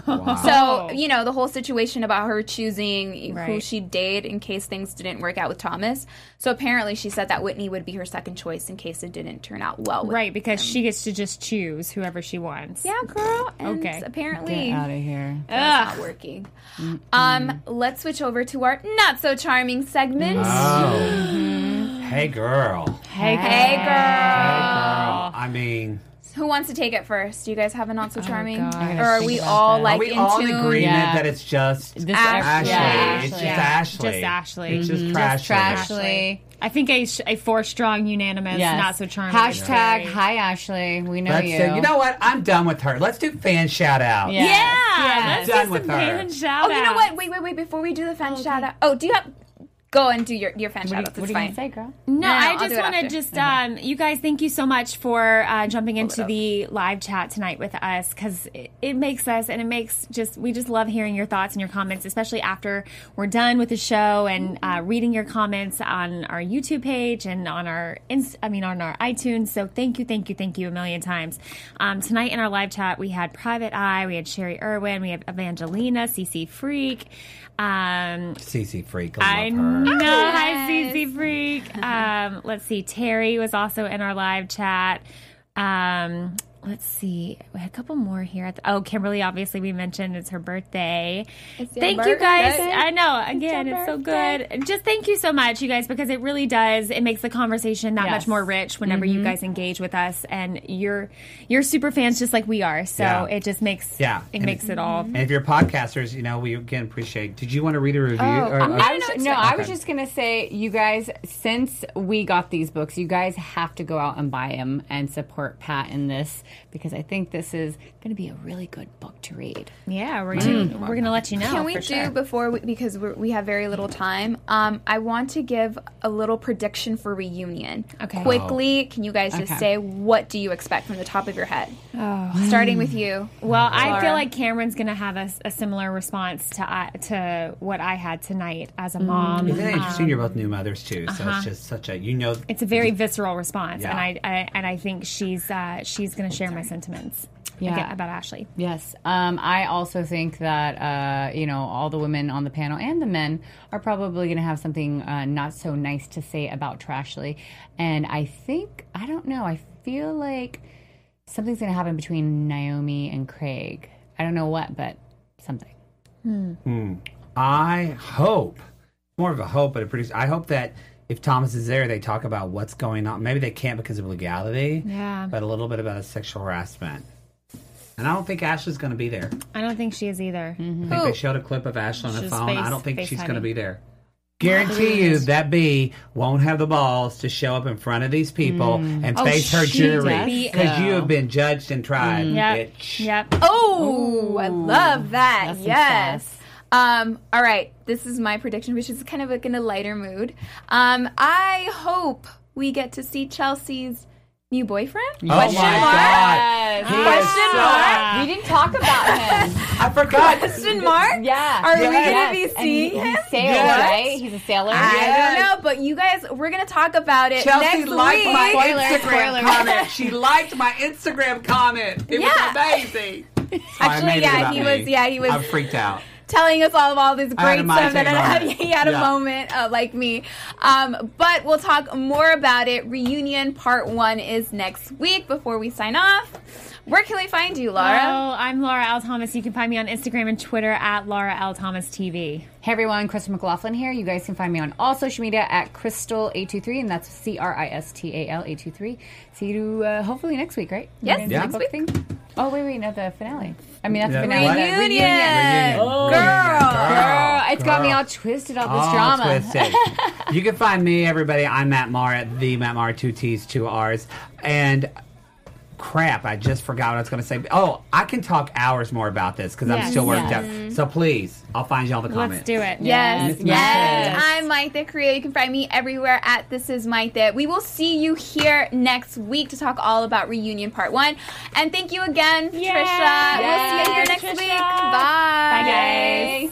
Speaker 7: So you know the whole situation about her choosing who
Speaker 6: Right.
Speaker 7: she date in case things didn't work out with Thomas. So apparently she said that Whitney would be her second choice in case it didn't turn out well. With
Speaker 4: Right, because she gets to just choose whoever she wants.
Speaker 7: Yeah, girl. And
Speaker 4: Okay.
Speaker 7: Apparently
Speaker 6: Get out of here.
Speaker 7: that's not working. Um, let's switch over to our not so charming segment.
Speaker 5: Oh. hey, girl.
Speaker 4: Hey,
Speaker 7: Hey, girl.
Speaker 5: Hey, girl. I mean,
Speaker 7: Who wants to take it first? Do you guys have a not so charming,
Speaker 6: Oh, gosh. I
Speaker 7: or
Speaker 6: gotta
Speaker 7: are
Speaker 6: think
Speaker 7: we
Speaker 6: about
Speaker 7: all
Speaker 6: that.
Speaker 7: like
Speaker 5: are we
Speaker 7: in
Speaker 5: all in
Speaker 7: tune?
Speaker 5: agreement
Speaker 6: Yeah.
Speaker 5: that it's just
Speaker 6: This
Speaker 5: Ashley?
Speaker 7: Ashley.
Speaker 6: Yeah.
Speaker 5: It's just
Speaker 4: Yeah.
Speaker 5: Ashley.
Speaker 4: Just Ashley.
Speaker 5: It's just
Speaker 4: Mhm.
Speaker 5: trash.
Speaker 6: Trashly.
Speaker 4: I think a, sh- a four strong unanimous,
Speaker 6: Yes.
Speaker 4: not so charming. is
Speaker 6: Hashtag
Speaker 4: very-
Speaker 6: hi Ashley. We know
Speaker 5: Let's
Speaker 6: you.
Speaker 5: say, you know what? I'm done with her. Let's do fan shout out.
Speaker 6: Yeah.
Speaker 4: Yeah,
Speaker 5: I'm
Speaker 4: let's
Speaker 5: done
Speaker 4: do some
Speaker 5: with
Speaker 4: fan
Speaker 5: her.
Speaker 4: shout
Speaker 7: Oh, you know what? Wait, wait, wait! Before we do the fan shout out, oh, do you have? Go and do your your fan shout
Speaker 6: What
Speaker 7: outs.
Speaker 6: do you, what
Speaker 7: It's
Speaker 6: do you gonna
Speaker 7: fine.
Speaker 6: say, girl?
Speaker 4: No,
Speaker 7: no,
Speaker 4: I
Speaker 7: I'll do
Speaker 4: just
Speaker 7: it
Speaker 4: want to
Speaker 7: after.
Speaker 4: just, um, you guys, thank you so much for uh, jumping into the live chat tonight with us because it, it makes us and it makes just, we just love hearing your thoughts and your comments, especially after we're done with the show and
Speaker 7: Mm-hmm.
Speaker 4: uh, reading your comments on our YouTube page and on our, inst- I mean, on our iTunes. So thank you, thank you, thank you a million times. Um, tonight in our live chat, we had Private Eye, we had Sherry Irwin, we have Evangelina, CC Freak. Um,
Speaker 5: CC Freak.
Speaker 4: I
Speaker 5: I love
Speaker 4: know.
Speaker 5: her.
Speaker 7: Oh,
Speaker 4: Hi, CC Freak. Um, let's see. Terry was also in our live chat. Um, let's see. We had a couple more here. At the, oh, Kimberly, obviously, we mentioned it's her birthday.
Speaker 7: your
Speaker 4: thank you guys.
Speaker 7: birthday.
Speaker 4: I know. Again, it's, so good. And Just thank you so much, you guys, because it really does. It makes the conversation that
Speaker 6: Yes.
Speaker 4: much more rich whenever
Speaker 7: Mm-hmm.
Speaker 4: you guys engage with us, and you're you're super fans just like we are. So
Speaker 5: Yeah.
Speaker 4: it just makes
Speaker 5: Yeah.
Speaker 4: it
Speaker 5: And
Speaker 4: makes it all.
Speaker 5: And if you're podcasters, you know, we again appreciate. Did you want to read a review?
Speaker 4: Oh,
Speaker 5: or,
Speaker 7: I'm
Speaker 6: I
Speaker 7: I don't
Speaker 6: was,
Speaker 7: know
Speaker 6: no,
Speaker 7: what's
Speaker 6: I was
Speaker 5: Okay.
Speaker 6: just gonna say, you guys. Since we got these books, you guys have to go out and buy them and support Pat in this because I think this is going to be a really good book to read.
Speaker 4: Yeah, we're
Speaker 5: Mm.
Speaker 4: gonna, we're gonna let you know.
Speaker 6: Oh,
Speaker 7: Can we
Speaker 4: for
Speaker 7: do
Speaker 4: sure.
Speaker 7: before we, because we're, we have very little time? Um, I want to give a little prediction for reunion.
Speaker 4: Okay.
Speaker 7: Quickly, can you guys just
Speaker 6: Oh. Okay.
Speaker 7: say what do you expect from the top of your head? Oh. Starting with you.
Speaker 4: Well, I feel
Speaker 7: Laura.
Speaker 4: like Cameron's going to have a, s- a similar response to I to what I had tonight as a mom.
Speaker 5: Isn't it interesting? You're both new mothers too, so it's just such a you know.
Speaker 4: Uh-huh. It's a very visceral response,
Speaker 5: Yeah.
Speaker 4: and I, I and I think she's uh, she's going to share my sentiments
Speaker 6: Yeah.
Speaker 4: aga- about Ashley.
Speaker 6: Yes. Um, I also think that, uh, you know, all the women on the panel and the men are probably going to have something uh, not so nice to say about Trashly. And I think, I don't know, I feel like something's going to happen between Naomi and Craig. I don't know what, but something.
Speaker 5: I hope more of a hope, but a pretty. I hope that if Thomas is there, they talk about what's going on. Maybe they can't because of legality.
Speaker 4: Yeah.
Speaker 5: But a little bit about sexual harassment. And I don't think Ashley's going to be there.
Speaker 4: I don't think she is either.
Speaker 5: I think they showed a clip of Ashley on her
Speaker 4: She's
Speaker 5: phone. I
Speaker 4: face-
Speaker 5: don't think
Speaker 4: face
Speaker 5: she's going to
Speaker 4: hiding.
Speaker 5: be there. Guarantee you that B won't have the balls to show up in front of these people and face her
Speaker 4: she
Speaker 5: jury
Speaker 4: does,
Speaker 5: because you have been judged and tried,
Speaker 4: Yep.
Speaker 5: bitch.
Speaker 4: Yep.
Speaker 7: Oh, I love that.
Speaker 6: that's some
Speaker 7: Yes. Um, all right, this is my prediction, which is kind of like in a lighter mood. Um, I hope we get to see Chelsea's new boyfriend.
Speaker 5: Oh my god! He is
Speaker 7: Question
Speaker 5: so-
Speaker 7: mark?
Speaker 6: We didn't talk about him.
Speaker 5: I forgot.
Speaker 7: Question mark?
Speaker 6: yeah.
Speaker 7: Are
Speaker 5: Yes.
Speaker 7: we gonna
Speaker 6: Yes,
Speaker 7: be
Speaker 6: and
Speaker 7: seeing
Speaker 6: he-
Speaker 7: him?
Speaker 6: He's a sailor, right? He's a sailor.
Speaker 7: I don't know, but you guys, we're gonna talk about it
Speaker 5: Chelsea
Speaker 7: next
Speaker 5: liked
Speaker 7: week.
Speaker 5: my Instagram
Speaker 6: spoiler.
Speaker 5: comment. She liked my Instagram comment. It
Speaker 7: Yeah.
Speaker 5: was amazing.
Speaker 7: Actually, yeah, he was- yeah, he was-
Speaker 5: I'm freaked out.
Speaker 7: telling us all of all this
Speaker 5: I had
Speaker 7: great
Speaker 5: a mind
Speaker 7: stuff and
Speaker 5: tank
Speaker 7: *laughs*
Speaker 5: moment.
Speaker 7: he had a
Speaker 5: Yeah.
Speaker 7: moment uh, like me um, but we'll talk more about it reunion part one is next week before we sign off where can we find you laura
Speaker 4: Oh, I'm Laura L. Thomas. You can find me on Instagram and Twitter at Laura L. Thomas TV.
Speaker 6: Hey everyone, Crystal McLaughlin here. You guys can find me on all social media at Crystal823, and that's C R I S T A L 823. See you uh, hopefully next week, right? You
Speaker 7: Yes,
Speaker 6: guys do
Speaker 5: Yeah.
Speaker 6: the book thing? Oh, wait, wait, no, the finale. I mean, that's
Speaker 5: Yeah.
Speaker 6: the finale.
Speaker 5: Reunion.
Speaker 6: the
Speaker 5: Reunion.
Speaker 7: girl
Speaker 6: Girl, it's got me
Speaker 5: Girl.
Speaker 6: all twisted, all this
Speaker 5: All
Speaker 6: drama.
Speaker 5: twisted.
Speaker 4: *laughs*
Speaker 5: you can find me, everybody. I'm Matt Marr at the Matt Marr, two T's, two R's. And crap, I just forgot what I was going to say. Oh, I can talk hours more about this because I'm
Speaker 4: Yes.
Speaker 5: still worked out. So please, I'll find y'all the comments.
Speaker 4: Let's do it.
Speaker 7: Yes, yes.
Speaker 5: Miss Maitha.
Speaker 7: I'm Maitha Korea. You can find me everywhere at This Is Maitha. We will see you here next week to talk all about reunion part one. And thank you again, Trisha. We'll see you here next week. Bye. Bye, guys.